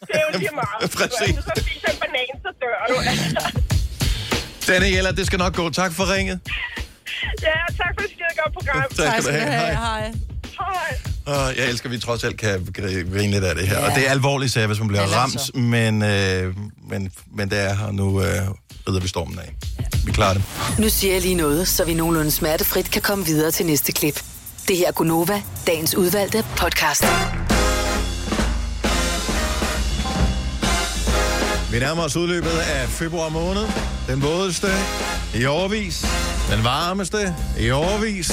S21: er jo lige meget.
S1: Præcis.
S21: Hvis du så spiser en banan, så dør du.
S1: Daniela, det skal nok gå. Tak for ringet.
S21: ja, tak for et skide godt program.
S1: Tak skal du have. Hej.
S2: Hej.
S21: Hej.
S1: Og jeg elsker, at vi trods alt kan gri- grine lidt af det her.
S21: Ja.
S1: Og det er alvorligt, sager, hvis man bliver
S2: Eller
S1: ramt,
S2: så.
S1: men, altså. øh, men, men det er her, og nu øh, rider vi stormen af. Vi klarer det.
S4: Nu siger jeg lige noget, så vi nogenlunde smertefrit kan komme videre til næste klip. Det her er Gunova, dagens udvalgte podcast.
S1: Vi nærmer os udløbet af februar måned. Den vådeste i overvis. Den varmeste i overvis.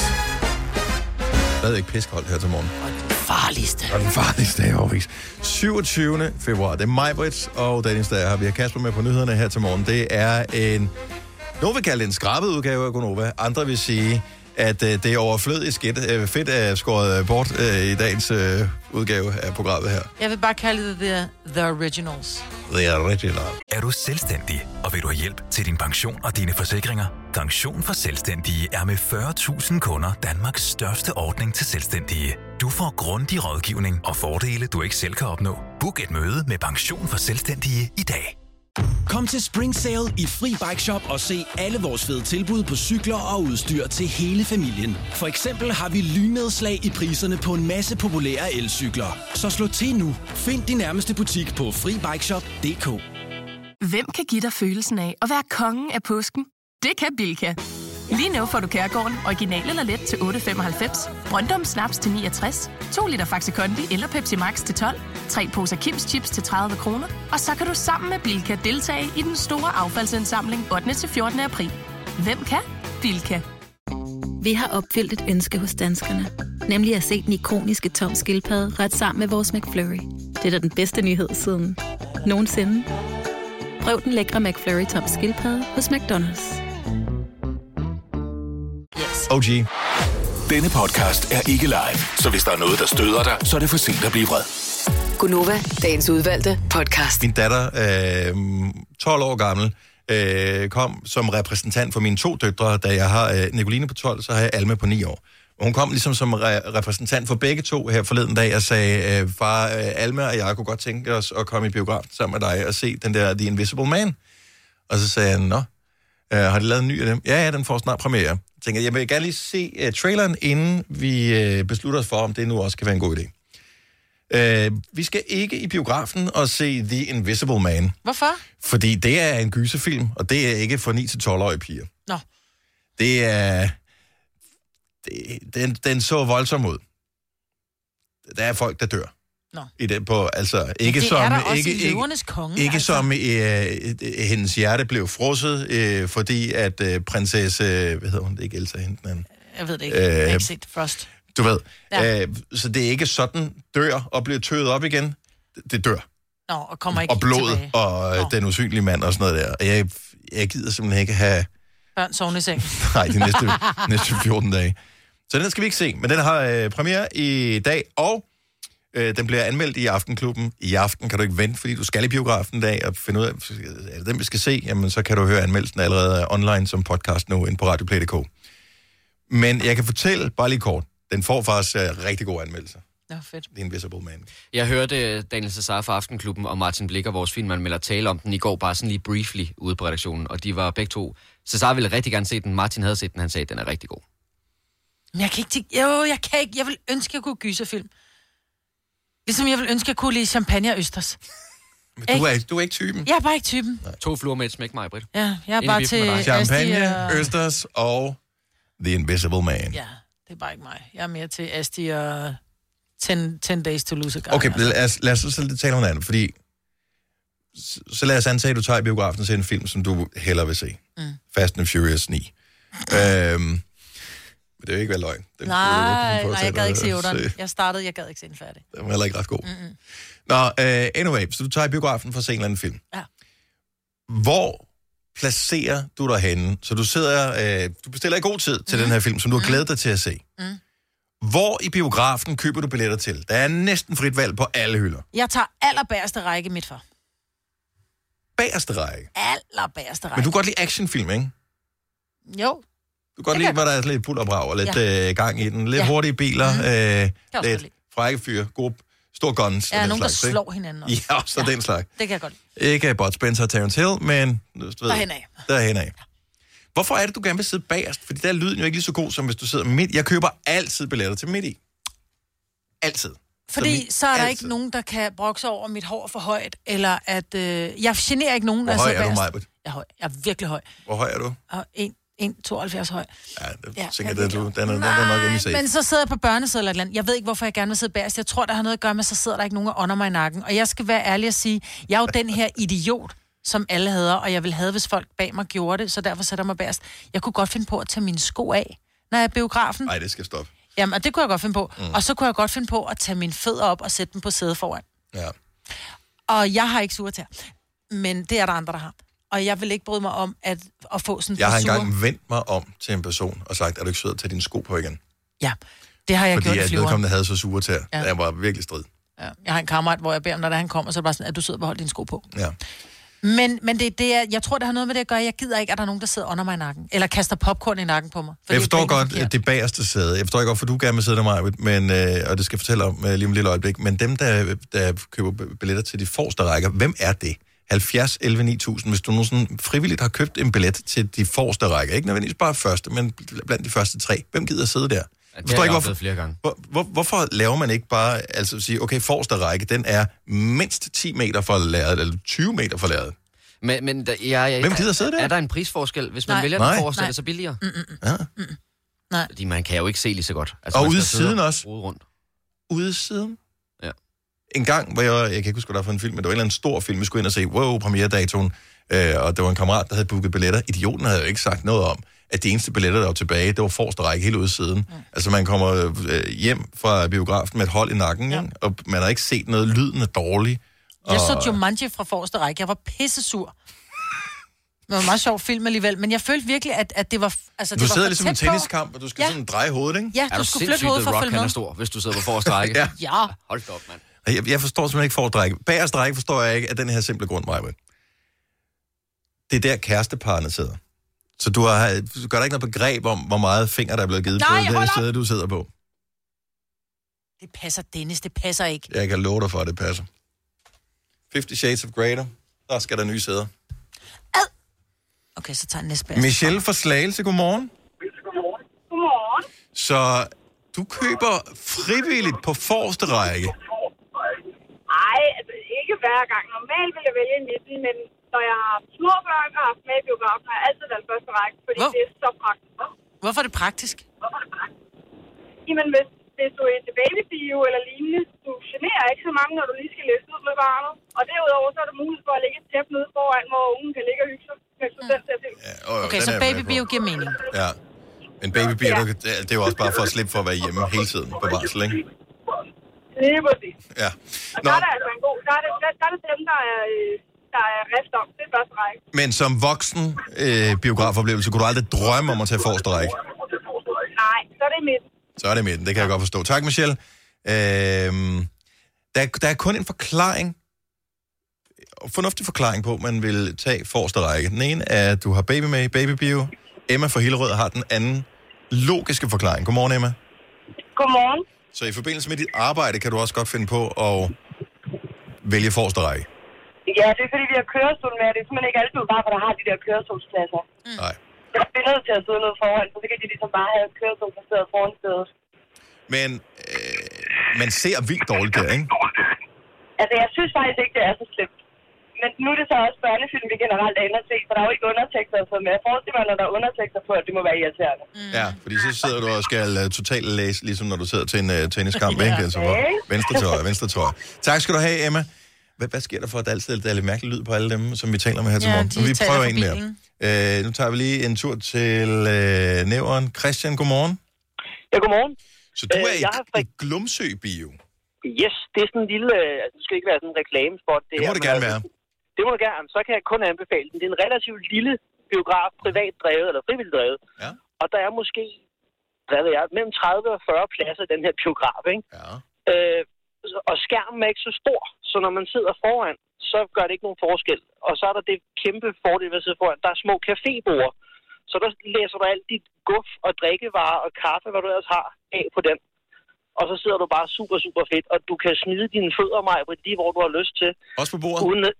S1: Hvad ikke piskoldt her til morgen. Og den
S2: farligste.
S1: Og den farligste i overvis. 27. februar. Det er Majbrits og Dennis, der er her. Vi har Kasper med på nyhederne her til morgen. Det er en... Nogle vil kalde det en skrabet udgave af Gonova. Andre vil sige, at øh, det er overflødigt skidt. Øh, fedt er skåret øh, bort øh, i dagens øh, udgave af programmet her.
S2: Jeg vil bare kalde det The, the Originals.
S1: Det er rigtig larm.
S14: Er du selvstændig, og vil du have hjælp til din pension og dine forsikringer? Pension for Selvstændige er med 40.000 kunder Danmarks største ordning til selvstændige. Du får grundig rådgivning og fordele, du ikke selv kan opnå. Book et møde med Pension for Selvstændige i dag.
S17: Kom til Spring Sale i Fri Bike Shop og se alle vores fede tilbud på cykler og udstyr til hele familien. For eksempel har vi lynedslag i priserne på en masse populære elcykler. Så slå til nu. Find din nærmeste butik på FriBikeShop.dk
S18: Hvem kan give dig følelsen af at være kongen af påsken? Det kan Bilka. Lige nu får du Kærgården original eller let til 8.95, Brøndum Snaps til 69, 2 liter Faxi Kondi eller Pepsi Max til 12, 3 poser Kims Chips til 30 kroner, og så kan du sammen med Bilka deltage i den store affaldsindsamling 8. til 14. april. Hvem kan? Bilka.
S19: Vi har opfyldt et ønske hos danskerne. Nemlig at se den ikoniske tom skildpadde ret sammen med vores McFlurry. Det er da den bedste nyhed siden nogensinde. Prøv den lækre McFlurry tom skildpadde hos McDonald's.
S1: OG.
S7: Denne podcast er ikke live, så hvis der er noget, der støder dig, så er det for sent at blive vred.
S4: Gunova, dagens udvalgte podcast.
S1: Min datter, øh, 12 år gammel, øh, kom som repræsentant for mine to døtre, da jeg har øh, Nicoline på 12, så har jeg Alma på 9 år. Og hun kom ligesom som re- repræsentant for begge to her forleden dag og sagde, øh, far, øh, Alma og jeg kunne godt tænke os at komme i biografen sammen med dig og se den der The Invisible Man. Og så sagde jeg, nå, øh, har de lavet en ny af dem? Ja, ja, den får snart premiere. Jeg tænkte, jeg vil gerne lige se øh, traileren, inden vi øh, beslutter os for, om det nu også kan være en god idé. Øh, vi skal ikke i biografen og se The Invisible Man,
S2: Hvorfor?
S1: fordi det er en gyserfilm, og det er ikke for 9-12-årige piger.
S2: Nå.
S1: Det er... Det, den, den så voldsom ud. Der er folk, der dør.
S2: Nå.
S1: I det, på, altså, ikke
S2: det
S1: som,
S2: er da også
S1: ikke, ikke,
S2: løvernes konge,
S1: ikke
S2: altså.
S1: som øh, hendes hjerte blev frosset, øh, fordi at øh, prinsesse, hvad hedder hun, det er ikke Elsa, hende den anden.
S2: Jeg ved det ikke. Jeg har
S1: Øh,
S2: ikke set Frost.
S1: Du ved.
S2: Ja.
S1: Ja. Øh, så det er ikke sådan, dør og bliver tøet op igen. Det- Det dør.
S2: Nå, og kommer ikke
S1: og blod
S2: tilbage.
S1: og øh, den usynlige mand og sådan noget der. Og jeg, jeg gider simpelthen ikke have...
S2: Børn sovende i seng.
S1: Nej, de næste, næste 14 dage. Så den skal vi ikke se, men den har øh, premiere i dag, og øh, den bliver anmeldt i Aftenklubben. I aften kan du ikke vente, fordi du skal i biografen i dag og finde ud af, er det den, vi skal se? Jamen, så kan du høre anmeldelsen allerede online som podcast nu inde på radioplay.dk. Men jeg kan fortælle, bare lige kort, den får faktisk øh, rigtig gode anmeldelser.
S2: Nå, fedt.
S1: The Invisible Man.
S3: Jeg hørte øh, Daniel Cesar fra Aftenklubben og Martin Blikker, vores filmanmelder, tale om den i går, bare sådan lige briefly ude på redaktionen, og de var begge to. Cesar ville rigtig gerne se den, Martin havde set den, han sagde, at den er rigtig god.
S2: Men jeg kan ikke... tænke- Jo, jeg kan ikke. Jeg vil ønske, at jeg kunne gyserfilm. Ligesom jeg vil ønske, at jeg kunne lide champagne og østers.
S1: Men du er, du er ikke typen.
S2: Jeg er bare ikke typen.
S3: To fluer med et smæk, mig, Britt.
S2: Ja, jeg er bare til...
S1: Champagne,
S2: Asti og-
S1: Østers og The Invisible Man.
S2: Ja, det er bare ikke mig. Jeg er mere til Asti og 10, 10 Days to Lose a Guy.
S1: Okay, lad os, lad os så lidt tale om noget andet, fordi så, så lad os antage, at du tager i biografen til en film, som du hellere vil se. Mm. Fast and Furious 9. øhm, men det er jo ikke være løgn. Den
S2: Nej,
S1: kunne du jo
S2: nej, jeg
S1: kunne
S2: gad ikke se
S1: fortsætte at
S2: otteren. Jeg startede, jeg gad ikke se den færdig.
S1: Den var heller ikke ret god. Mm-hmm. Nå, øh, anyway, så du tager i biografen for at se en eller anden film.
S2: Ja.
S1: Hvor placerer du dig henne? Så du sidder, øh, du bestiller i god tid til mm-hmm. den her film, som du har glædet dig til at se.
S2: Mm.
S1: Hvor i biografen køber du billetter til? Der er næsten frit valg på alle hylder.
S2: Jeg tager allerbærste række midt for.
S1: Bagerste række.
S2: Allerbærste række.
S1: Men du kan godt lide actionfilm, ikke?
S2: Jo,
S1: Du kan godt lide, hvor der er lidt put og brav og lidt
S2: Ja.
S1: ja. øh, gang i den. Lidt
S2: Ja.
S1: ja. hurtige biler,
S2: Mhm.
S1: mm.
S2: jeg
S1: øh,
S2: også godt
S1: lidt
S2: lide.
S1: frække fyre, gode, store guns.
S2: jeg
S1: og
S2: er
S1: den
S2: nogen, der
S1: slags, ikke?
S2: slår hinanden også.
S1: Ja, så ja. den slags.
S2: Det kan jeg godt lide.
S1: Ikke Bud Spencer og Terrence Hill, men du ved,
S2: Derhenad.
S1: derhenad. Hvorfor er det, du gerne vil sidde bagerst? Fordi der er lyden jo ikke lige så god, som hvis du sidder midt. Jeg køber altid billetter til midt i. Altid.
S2: Fordi så er der
S1: altid.
S2: ikke nogen, der kan brokse over, at mit hår er for højt, eller at øh, jeg generer ikke nogen,
S1: Hvor
S2: når
S1: høj
S2: jeg
S1: er du,
S2: sidder
S1: Majbrit?
S2: Jeg er høj. Jeg er virkelig høj.
S1: Hvor høj er du?
S2: Og 1,72 høj.
S1: Ja, det
S2: Ja,
S1: ja,
S2: jeg
S1: tænker jeg, det er du. Den er, den er nok inde i
S2: Nej,
S1: safe.
S2: men så sidder jeg på børnesædet eller et eller andet. Jeg ved ikke, hvorfor jeg gerne vil sidde bagerst. Jeg tror, der har noget at gøre med, så sidder der ikke nogen og ånder mig i nakken. Og jeg skal være ærlig og sige, jeg er jo den her idiot, som alle hader, og jeg vil have, hvis folk bag mig gjorde det, så derfor sætter jeg mig bagerst. Jeg kunne godt finde på at tage mine sko af, når jeg er i biografen.
S1: Nej, det skal stoppe.
S2: Jamen, og det kunne jeg godt finde på. Mm.
S1: Mm.
S2: Og så kunne jeg godt finde på at tage mine fødder op og sætte dem på sædet foran.
S1: Ja.
S2: Og jeg har ikke sure tær. Men det er der andre, der har. Og jeg vil ikke bryde mig om at, at få sådan
S1: Jeg
S2: for
S1: har
S2: sure.
S1: engang vendt mig om til en person og sagt, er du ikke sød at tage dine sko på igen?
S2: Ja, det har jeg
S1: Fordi
S2: gjort i
S1: at
S2: flyveren.
S1: vedkommende havde så sure tær.
S2: Ja.
S1: Ja. Jeg var virkelig strid.
S2: Ja, jeg har en kammerat, hvor jeg beder om, når det er, han kommer, så er det bare sådan, at du sidder og beholder dine sko på.
S1: Ja.
S2: Men, men det, det er, jeg tror, det har noget med det at gøre. Jeg gider ikke, at der er nogen, der sidder under mig i nakken. Eller kaster popcorn i nakken på mig.
S1: Fordi jeg forstår
S2: griner
S1: godt
S2: forkert.
S1: at det bagerste sæde. Jeg forstår ikke, hvorfor du gerne vil sidde der, Maja, men, øh, og det skal jeg fortælle om øh, lige om et lille øjeblik. Men dem, der, der køber b- billetter til de forreste rækker, hvem er det? 70, 11, 9000, hvis du nu sådan frivilligt har købt en billet til de forreste rækker. Ikke nødvendigvis bare første, men bl- blandt de første tre. Hvem gider sidde der?
S3: Ja, det
S1: Forstår
S3: har jeg
S1: ikke,
S3: oplevet flere gange.
S1: Hvor, hvor, hvorfor laver man ikke bare, altså at sige, okay, forreste række, den er mindst 10 meter fra lærredet, eller 20 meter fra lærredet.
S3: Men, men der, ja, ja,
S1: Hvem gider sidde der?
S3: Er der en prisforskel, hvis man
S2: Nej.
S3: vælger
S1: Nej.
S3: den forreste, er
S2: Nej.
S3: det så billigere?
S2: Mm-mm.
S1: Ja.
S2: Nej.
S3: Fordi man kan jo ikke se lige så godt. Altså,
S1: Og
S3: man skal
S1: ude
S3: sidde
S1: siden
S3: og
S1: også.
S3: rode Rundt.
S1: ude siden.
S3: Ja.
S1: En gang, hvor jeg, jeg kan ikke huske, hvad der var for en film, men det var en eller anden stor film, vi skulle ind og se, wow, premieredatoen, øh, og det var en kammerat, der havde booket billetter. Idioten havde jo ikke sagt noget om, at de eneste billetter, der var tilbage, det var forreste række helt ude siden. Mm. Altså, man kommer øh, hjem fra biografen med et hold i nakken, ja. og man har ikke set noget, lyden er dårlig.
S2: Jeg så Jumanji fra forreste række. Jeg var pissesur. Det var en meget sjov film alligevel, men jeg følte virkelig, at, at det var... Altså,
S1: Du
S2: det var
S1: sidder
S2: for
S1: ligesom i en
S2: tæt på.
S1: tenniskamp, og du skal
S2: ja.
S1: sådan dreje hovedet, ikke?
S2: Ja, du Er du skulle flytte sindssyg, hovedet The for at Rock, følge han med. er
S3: stor, hvis du sidder på forreste række.
S1: ja.
S2: Ja.
S3: Hold da op, mand.
S1: Jeg, jeg forstår simpelthen ikke fordrække. Bagerst række forstår jeg ikke af den her simple grund, Maja. Det er der kæresteparne sidder. Så du, har, du gør dig ikke noget begreb om, hvor meget finger, der er blevet givet
S2: Nej,
S1: på
S2: hold
S1: den
S2: op!
S1: side, du sidder på.
S2: Det passer, Dennis. Det passer ikke.
S1: Jeg kan love dig for, at det passer. 50 Shades of Greater. Der skal der nye sæder.
S2: Okay, så tager jeg næste bedste.
S1: Michelle fra Slagelse, godmorgen.
S21: Godmorgen.
S1: Så du køber frivilligt på forreste række.
S21: Ej, altså ikke hver gang. Normalt vil jeg vælge en midten, men når jeg har haft små børn og haft med i biografen, har jeg altid valgt første række, fordi
S2: Hvor-
S21: det er så praktisk.
S2: Hvorfor er det praktisk?
S21: Jamen, hvis, hvis du er til babybio eller lignende, du generer ikke så
S15: ham, når du lige skal læse ud med barnet. Og derudover så er der mulighed for at lægge et tæppe nede foran, hvor ungen kan ligge og hygge sig. Kan mm. selv til at se.
S1: Åh,
S2: Okay,
S1: den
S2: så
S1: er jeg med på.
S2: babybio giver mening.
S1: Ja. En babybier, ja. det det er jo også bare for at slippe for at være hjemme hele tiden på barsel, ikke?
S15: Lige præcis.
S1: Ja.
S15: Og
S1: Nå.
S15: der er der altså en god, der er det, der, der er det dem, der er, øh, der er rift om. Det er første række.
S1: Men som voksen øh, biografoplevelse kunne du aldrig drømme om at tage forreste række.
S15: Nej, så er det midt.
S1: Så er det midten, det kan jeg godt forstå. Tak, Michelle. Øhm, der, er- der er kun en forklaring, en fornuftig forklaring på, at man vil tage forreste række. Den ene er, at du har baby med i babybio. Emma fra Hillerød har den anden logiske forklaring. Godmorgen, Emma.
S15: Godmorgen.
S1: Så i forbindelse med dit arbejde, kan du også godt finde på at vælge forreste række.
S15: Ja, det er fordi, vi har kørestol med, og det er simpelthen ikke altid bare, for der har de der kørestolspladser.
S1: Mm. Nej.
S15: Så vi er nødt til at sidde nede foran, så så kan de ligesom bare have kørestol placeret foran stedet.
S1: Men øh, man ser vildt dårligt der, ikke?
S15: Altså, jeg synes faktisk ikke, det er så slemt. Men nu er det så også børnefilm, vi generelt er inde at se, for der er jo ikke undertekster og sådan noget. Men jeg forestiller mig, når der er undertekster på, at det må være irriterende.
S1: Ja, fordi så sidder du og skal uh, totalt læse, ligesom når du sidder til en uh, tenniskamp, ikke? Altså, hvor venstre tøj, venstre tøj. Tak skal du have, Emma. Hvad, hvad sker der for, at der altid der er lidt mærkelig lyd på alle dem, som vi taler med her til
S8: Ja,
S1: morgen?
S8: de
S1: Men vi
S8: taler
S1: prøver
S8: forbi,
S1: en mere. Uh, nu tager vi lige en tur til uh, næveren. Christian, godmorgen.
S8: Ja, godmorgen.
S1: Så du
S8: Øh,
S1: er i,
S8: jeg har
S1: i Glumsø-bio.
S8: Yes, det er sådan en lille... øh, Altså, det skal ikke være sådan en reklamespot. Det,
S1: Det må
S8: her,
S1: det
S8: men
S1: gerne
S8: altså,
S1: være.
S8: Det må det gerne. Så kan jeg kun anbefale den. Det er en relativt lille biograf, privat drevet eller frivilligt drevet.
S1: Ja.
S8: Og der er måske, hvad ved jeg, mellem 30 og 40 pladser i den her biograf, ikke?
S1: Ja.
S8: Øh, så- og skærmen er ikke så stor, så når man sidder foran, så gør det ikke nogen forskel. Og så er der det kæmpe fordel ved at sidde foran. Der er små cafébord, så der læser du alt dit guf og drikkevarer og kaffe, hvad du ellers har, af på den og så sidder du bare super, super fedt, og du kan smide dine fødder, mig, lige hvor du har lyst til.
S1: Også på bordet?
S8: Uden, at-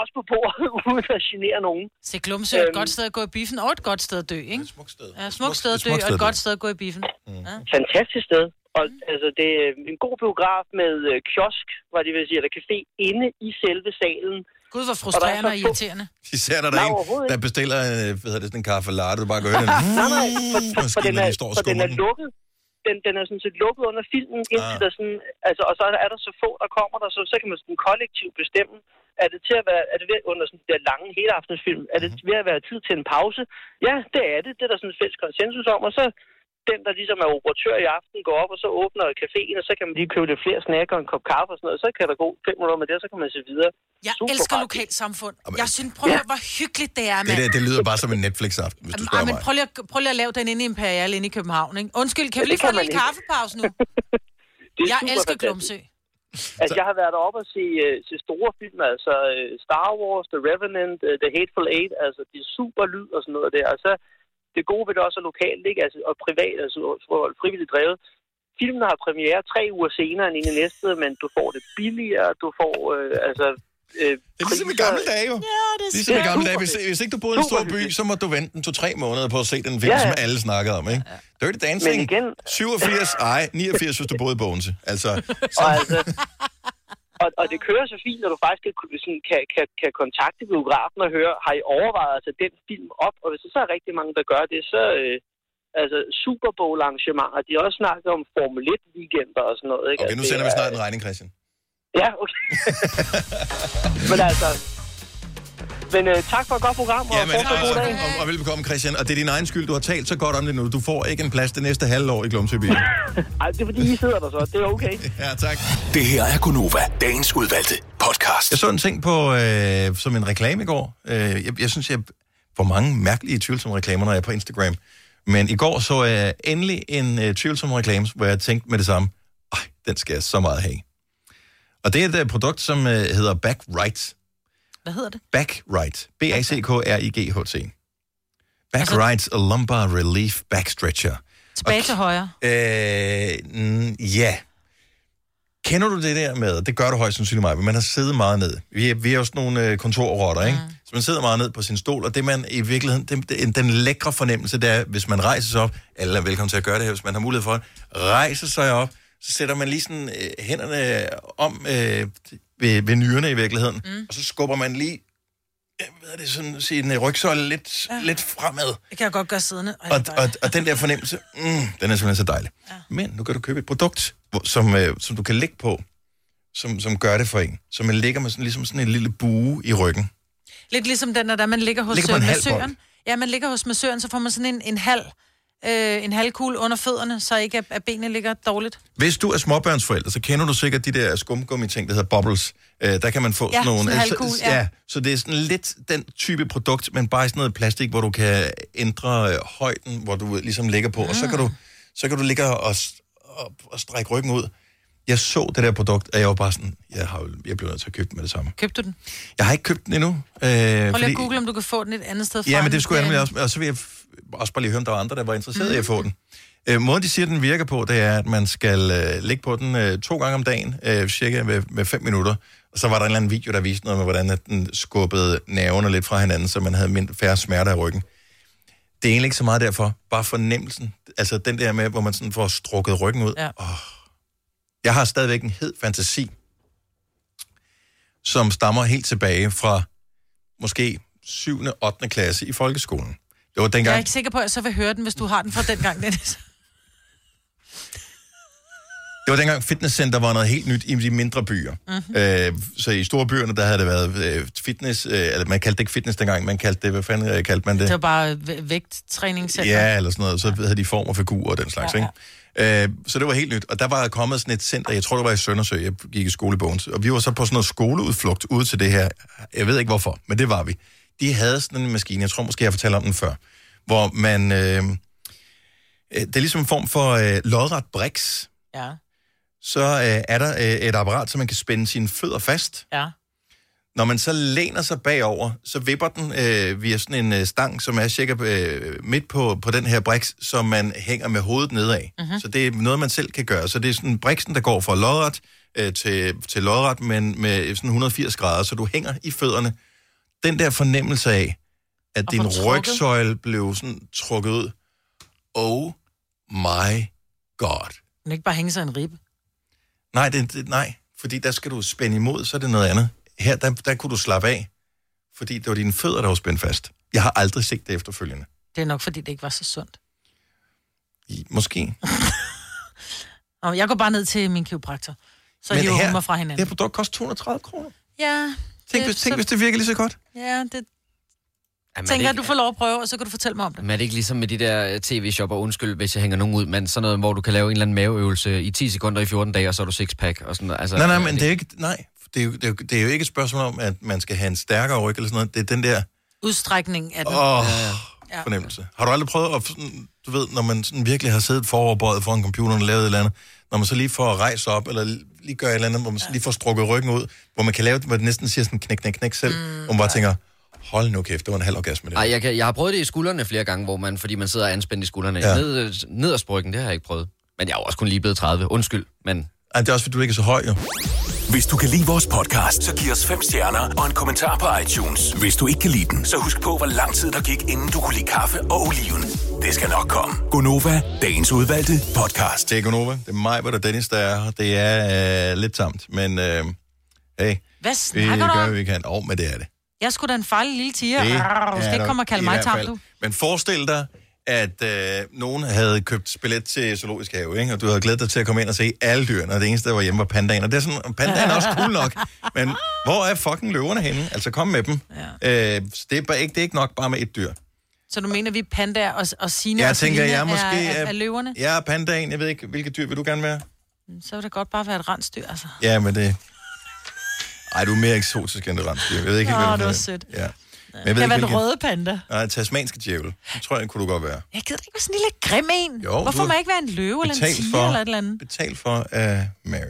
S8: også på bordet, uden at genere nogen.
S2: Se, Glumsø er et godt sted at gå i biffen, og et godt sted at dø, ikke? Et
S1: smukt sted.
S2: Ja, et smukt sted at dø, og et godt sted at gå i biffen. Ja.
S8: Fantastisk sted. Og altså, det er en god biograf med øh, kiosk, var det vil sige, eller café, inde i selve salen.
S2: Gud, hvor frustrerende og irriterende.
S1: Især når der
S8: Nej,
S1: er en,
S8: overhovedet
S1: der
S8: ikke.
S1: bestiller øh, hvad hedder det, sådan en kaffe latte, du bare går ind og...
S8: nej, nej, for, for,
S1: Og
S8: for, den, er,
S1: skimmerne står og
S8: for den
S1: skummer
S8: er lukket. Den, den er sådan set lukket under filmen, indtil
S1: Ah.
S8: der sådan, altså, og så er der så få, der kommer der, så, så kan man sådan kollektivt bestemme, er det til at være, er det ved, under sådan der lange hele aftensfilm, er det
S1: Mhm.
S8: ved at være tid til en pause? Ja, det er det. Det er der sådan en fælles konsensus om, og så den, der ligesom er operatør i aften, går op, og så åbner caféen, og så kan man lige købe lidt flere snack og en kop kaffe og sådan noget, og så kan der gå fem minutter med det, og så kan man se videre.
S2: Jeg
S8: Super
S2: elsker
S8: praktisk.
S2: lokalsamfund. Jeg synes, prøv at høre, hvor hyggeligt det er,
S1: Det,
S2: mand.
S1: der, det lyder bare som en Netflix-aften, hvis du
S2: Jamen,
S1: spørger
S2: ej, men
S1: mig.
S2: prøv lige, at, prøv lige at lave den inde i Imperial inde i København, ikke? Undskyld, kan vi
S8: Ja,
S2: lige
S8: det
S2: få en
S8: kan man
S2: lille
S8: ikke.
S2: kaffepause nu?
S8: Det er
S2: Jeg
S8: super
S2: elsker
S8: fantastisk.
S2: Glumsø.
S8: Altså, jeg har været oppe og se, øh, se store film, altså øh, Star Wars, The Revenant, øh, The Hateful Eight, altså det er super lyd og sådan noget der. Og så det gode ved det også er lokalt, ikke? Altså, og privat, altså for- frivilligt drevet. Filmen har premiere tre uger senere end en i næste, men du får det billigere, du får, øh, altså... Øh,
S1: det er ligesom i gamle dage, jo.
S2: Ja, det
S1: Ligesom i gamle dage, hvis, hvis ikke du boede i en stor by, så må du vente en to-tre måneder på at se den film,
S8: Ja,
S1: ja,
S8: ja.
S1: ja. som alle snakkede om, ikke? Dirty Dancing,
S8: Men igen-
S1: 87, ej, 89, hvis du boede i Bogense. Altså,
S8: Og, altså, og, og det kører så fint, når du faktisk kan, sådan, kan, kan, kan kontakte biografen og høre, har I overvejet at tage den film op? Og hvis der så er rigtig mange, der gør det, så øh, altså Super Bowl arrangementer, de har også snakket om Formel 1 weekender og sådan noget. Ikke?
S1: okay, nu
S8: Altså,
S1: sender vi
S8: det er-
S1: snart en regning, Christian.
S8: Ja, okay. men altså, men øh, tak for et godt program, og
S1: Ja, men,
S8: fortsat
S1: altså, og,
S8: god dag.
S1: og, og velbekomme, Christian. Og det er din egen skyld, du har talt så godt om det nu. Du får ikke en plads det næste halve år i Glumsøby.
S8: Ej, det er fordi, I sidder der så. Det er okay.
S1: ja, tak.
S7: Det her er Gonova, dagens udvalgte podcast.
S1: Jeg så en ting på, øh, som en reklame i går. Øh, jeg, jeg synes, jeg får mange mærkelige tvivlsomme reklamer, når jeg er på Instagram. Men i går så jeg endelig en øh, tvivlsom reklame, hvor jeg tænkte med det samme, ej, den skal jeg så meget have. Og det er et øh, produkt, som øh, hedder Backright.
S2: Hvad hedder det?
S1: Backright. B-A-C-K-R-I-G-H-T. Backright Lumbar Relief Backstretcher.
S2: Tilbage til højre.
S1: Øh, mm, ja. Kender du det der med, det gør du højst sandsynligt meget, men man har siddet meget ned. Vi er, vi er jo sådan nogle øh, kontorrotter, ikke? Så man sidder meget ned på sin stol, og det man i virkeligheden, det, det, den lækre fornemmelse, det er, hvis man rejser sig op, alle er velkommen til at gøre det her, hvis man har mulighed for det, rejser sig op, så sætter man lige sådan øh, hænderne om øh, ved, ved nyrene i virkeligheden, mm. og så skubber man lige, øh, hvad er det sådan, sin øh, rygsøjle lidt, ja. lidt fremad.
S2: Det kan jeg godt gøre siddende. Ej,
S1: Og,
S2: det er
S1: og,
S2: dejligt.
S1: og den der fornemmelse, mm, den er simpelthen så dejlig. Ja. Men nu kan du købe et produkt, hvor, som, øh, som du kan lægge på, som, som gør det for en. Så man ligger med sådan, ligesom sådan en lille bue i ryggen.
S2: Lidt ligesom den, der man ligger hos
S1: Ligger på en
S2: øh,
S1: halv
S2: massøren.
S1: bold.
S2: Ja, man ligger hos massøren, så får man sådan en, en halv øh, en halv kugle under fødderne, så ikke at, at benene ligger dårligt.
S1: Hvis du er småbørnsforældre, så kender du sikkert de der skumgummi-ting, der hedder bubbles. Øh, der kan man få
S2: Ja,
S1: sådan nogle...
S2: sådan en halvkugle, ja.
S1: ja. Så det er sådan lidt den type produkt, men bare i sådan noget plastik, hvor du kan ændre øh, højden, hvor du ligesom ligger på, mm. og så kan du, så kan du ligge og, s- og, og strække ryggen ud. Jeg så det der produkt, og jeg var bare sådan, jeg, har, jo- jeg blev nødt til at købe den med det samme.
S2: Købte du den? Prøv
S1: Jeg har ikke købt den endnu. Øh,
S2: lige at google, om du kan få den et andet sted fra.
S1: Ja, men
S2: end
S1: det skulle jeg
S2: derinde.
S1: nemlig også. Og så vil jeg f- også bare lige høre, om der var andre, der var interesseret mm. i at få den. Øh, måden, de siger, den virker på, det er, at man skal øh, ligge på den øh, to gange om dagen, øh, cirka med, med fem minutter. Og så var der en eller anden video, der viste noget med, hvordan at den skubbede nerverne lidt fra hinanden, så man havde mindre, færre smerter i ryggen. Det er egentlig ikke så meget derfor. Bare fornemmelsen. Altså den der med, hvor man sådan får strukket ryggen ud. Ja. Oh. Jeg har stadigvæk en hed fantasi, som stammer helt tilbage fra måske 7. og 8. klasse i folkeskolen. Det var
S2: Jeg er
S1: dengang,
S2: ikke sikker på, at jeg så vil høre den, hvis du har den fra dengang, Dennis.
S1: det var dengang fitnesscenter var noget helt nyt i de mindre byer.
S2: Mhm.
S1: Mm-hmm. Øh, så i store byerne, der havde det været øh, fitness, øh, eller man kaldte det ikke fitness dengang, man kaldte det, hvad fanden øh, kaldte man det?
S2: Det var bare væ- vægttræningscenter.
S1: Ja, eller sådan noget. Så havde de form og figur og den slags, ja, ja. ikke? Øh, så det var helt nyt. Og der var kommet sådan et center, jeg tror, det var i Søndersø, jeg gik i skole i Bogens. Og vi var så på sådan noget skoleudflugt ude til det her. Jeg ved ikke hvorfor, men det var vi. De havde sådan en maskine, jeg tror måske, jeg fortalte om den før, hvor man... Øh, øh, det er ligesom en form for øh, lodret briks.
S2: Ja.
S1: Så øh, er der øh, et apparat, så man kan spænde sine fødder fast.
S2: Ja.
S1: Når man så læner sig bagover, så vipper den øh, via sådan en øh, stang, som er cirka øh, midt på, på den her briks, som man hænger med hovedet nedad.
S14: Mhm.
S1: Mm-hmm. Så det er noget, man selv kan gøre. Så det er sådan briksen, der går fra lodret øh, til, til lodret, men med sådan 180 grader, så du hænger i fødderne. Den der fornemmelse af, at
S14: Og
S1: din
S14: få trukket.
S1: rygsøjle blev sådan trukket ud. Oh my god.
S2: Men ikke bare hænge sig i en ribbe.
S1: Nej, det, det, nej, fordi der skal du spænde imod, så er det noget andet. Her, der, der kunne du slappe af, fordi det var dine fødder, der var spændt fast. Jeg har aldrig set det efterfølgende.
S2: Det er nok, fordi det ikke var så sundt.
S1: I- Måske.
S2: Og jeg går bare ned til min kiropraktor. Så
S1: Men
S2: hiver
S1: her-
S2: hun mig fra hinanden.
S1: det her produkt koster 230 kroner.
S2: Ja.
S1: Tænk, hvis, tænk, hvis det virker lige så godt.
S2: Ja, det
S3: Jamen,
S2: tænker
S3: er
S2: jeg,
S3: det
S2: du
S3: ikke,
S2: får lov at prøve, og så kan du fortælle mig om det.
S3: men er det ikke ligesom med de der tv-shopper, undskyld, hvis jeg hænger nogen ud, men sådan noget, hvor du kan lave en eller anden maveøvelse i 10 sekunder i 14 dage, og så er du sixpack og sådan noget. Altså,
S1: nej, nej, men det er, ikke, nej, det, er jo, det, er jo, det er jo ikke et spørgsmål om, at man skal have en stærkere ryg eller sådan noget. Det er den der
S2: Udstrækning af den.
S1: åh,
S2: Ja.
S1: fornemmelse. Har du aldrig prøvet at, sådan, du ved, når man sådan virkelig har siddet foroverbøjet foran computeren og lavet et eller andet, når man så lige får rejst op, eller lige gør et eller andet, hvor man så lige får strukket ryggen ud, hvor man kan lave det, hvor det næsten siger sådan knæk, knæk, knæk selv, mm, hvor man bare tænker, hold nu kæft, det var en halv orgasme det.
S3: Ej, jeg, kan, jeg har prøvet det i skuldrene flere gange, hvor man, fordi man sidder anspændt i skuldrene.
S1: Ja.
S3: Ja. Ned, nederst bryggen, det har jeg ikke prøvet. Men jeg er jo også kun lige blevet 30. Undskyld, men...
S1: Ej, det er også, fordi du ikke er så høj, jo.
S7: Hvis du kan lide vores podcast, så giv os fem stjerner og en kommentar på iTunes. Hvis du ikke kan lide den, så husk på, hvor lang tid der gik, inden du kunne lide kaffe og oliven. Det skal nok komme.
S1: Gonova, dagens udvalgte podcast. Det er Gonova, det er mig, hvor der Dennis, der er her. Det er øh, lidt tamt, men øh, hey,
S2: Hvad
S1: vi
S2: snakker du
S1: gør,
S2: om?
S1: hvad vi kan. Åh, oh, men det er det.
S2: Jeg skulle da en fejl lille tiger.
S1: Det
S2: Arr, Du
S1: er
S2: skal ikke
S1: der
S2: komme og kalde
S1: i
S2: mig
S1: hvert
S2: tam,
S1: fald.
S2: du.
S1: Men forestil dig, at øh, nogen havde købt billet til Zoologisk Have, ikke? og du havde glædet dig til at komme ind og se alle dyrene, og det eneste, der var hjemme, var pandaen. Og det er sådan, pandaen er også cool nok, men hvor er fucking løverne henne? Altså, kom med dem. Ja. Øh, så det, er bare ikke, det er ikke nok bare med et dyr.
S2: Så du mener, vi er pandaer og, og sine
S1: Jeg
S2: og
S1: tænker,
S2: Selina
S1: jeg er måske,
S2: er, er, er
S1: øh,
S2: løverne?
S1: Jeg er pandaen, jeg ved ikke, hvilket dyr vil du gerne være?
S2: Så vil det godt bare være et rensdyr, altså.
S1: Ja, men det... Ej, du er mere eksotisk end det rensdyr. Jeg ved ikke, helt,
S2: Nå,
S1: hvad
S2: det var
S1: er.
S2: sødt.
S1: Ja. Men
S2: Jeg
S1: ved
S2: kan
S1: ikke,
S2: være den
S1: hvilken-
S2: røde panda.
S1: Nej, tasmanske djævel. Det tror jeg, kunne du godt være.
S2: Jeg gider ikke være sådan en lille grim en.
S1: Jo, du
S2: Hvorfor
S1: har
S2: må jeg ikke være en løve eller en
S1: betalt
S2: tiger
S1: for-
S2: eller et eller andet?
S1: Betalt for af uh, Mary.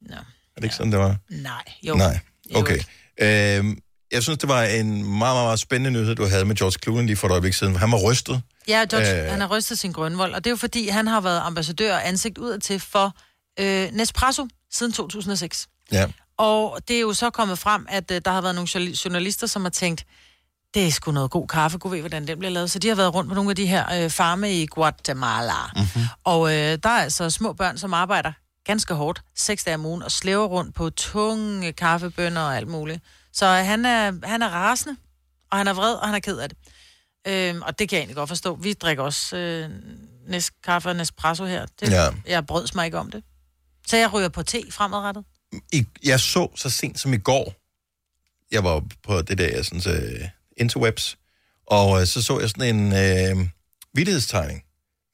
S1: No. Er det ikke sådan, det var?
S2: Nej, jo.
S1: Nej, okay. Øhm, jeg synes, det var en meget, meget, meget spændende nyhed, du havde med George Clooney lige for et øjeblik siden. Han var rystet.
S2: Ja, George,
S1: Øh.
S2: øh... han har rystet sin grønvold, og det er jo fordi, han har været ambassadør og ansigt udadtil for øh, Nespresso siden 2006.
S1: Ja.
S2: Og det er jo så kommet frem, at øh, der har været nogle journal- journalister, som har tænkt, det er sgu noget god kaffe, kunne ved, hvordan den bliver lavet. Så de har været rundt med nogle af de her øh, farme i Guatemala. Mm-hmm. Og øh, der er altså små børn, som arbejder ganske hårdt, seks dage om ugen, og slæver rundt på tunge kaffebønder og alt muligt. Så øh, han er, han er rasende, og han er vred, og han er ked af det. Øhm, og det kan jeg egentlig godt forstå. Vi drikker også øh, næst kaffe og Nespresso her. Det,
S1: Ja.
S2: Jeg brøds mig ikke om det. Så jeg ryger på te fremadrettet.
S1: I, jeg så så sent som i går, jeg var på det der sådan, uh, interwebs, og øh, så så jeg sådan en øh, vidtighedstegning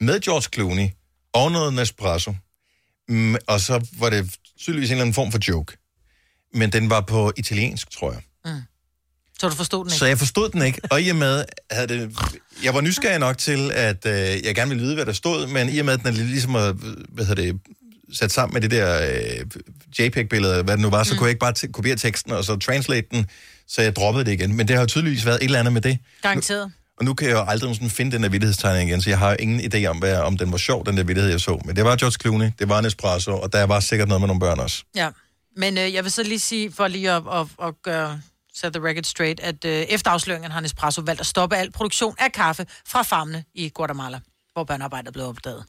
S1: med George Clooney og noget Nespresso. Mm, og så var det tydeligvis en eller anden form for joke. Men den var på italiensk, tror jeg.
S2: Så du forstod den ikke?
S1: Så jeg forstod den ikke, og i og med, havde det, jeg var nysgerrig nok til, at øh, jeg gerne ville vide, hvad der stod, men i og med, at den er lidt ligesom at, hvad hedder det, sat sammen med det der øh, JPEG-billede, hvad det nu var, så kunne jeg ikke bare t- kopiere teksten og så translate den, så jeg droppede det igen. Men det har jo tydeligvis været et eller andet med det.
S2: Garanteret.
S1: Og nu kan jeg jo aldrig sådan finde den der vittighedstegning igen, så jeg har jo ingen idé om, hvad, om den var sjov, den der vittighed, jeg så. Men det var George Clooney, det var en espresso, og der var sikkert noget med nogle børn også.
S2: Ja, men øh, jeg vil så lige sige, for lige at, at, at gøre set the record straight, at øh, efter afsløringen har Nespresso valgt at stoppe al produktion af kaffe fra farmene i Guatemala, hvor børnearbejdet blev opdaget.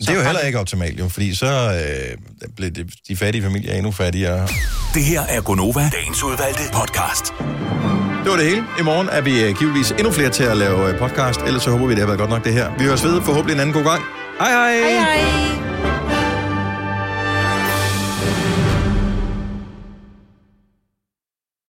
S1: Det er jo heller ikke optimalt, jo, fordi så øh, blev det, de fattige familier endnu fattigere. Det her er Gonova, dagens udvalgte podcast. Det var det hele. I morgen er vi øh, givetvis endnu flere til at lave øh, podcast, ellers så håber vi, det har været godt nok det her. Vi høres ved, forhåbentlig en anden god gang. Hej hej!
S2: Hej hej!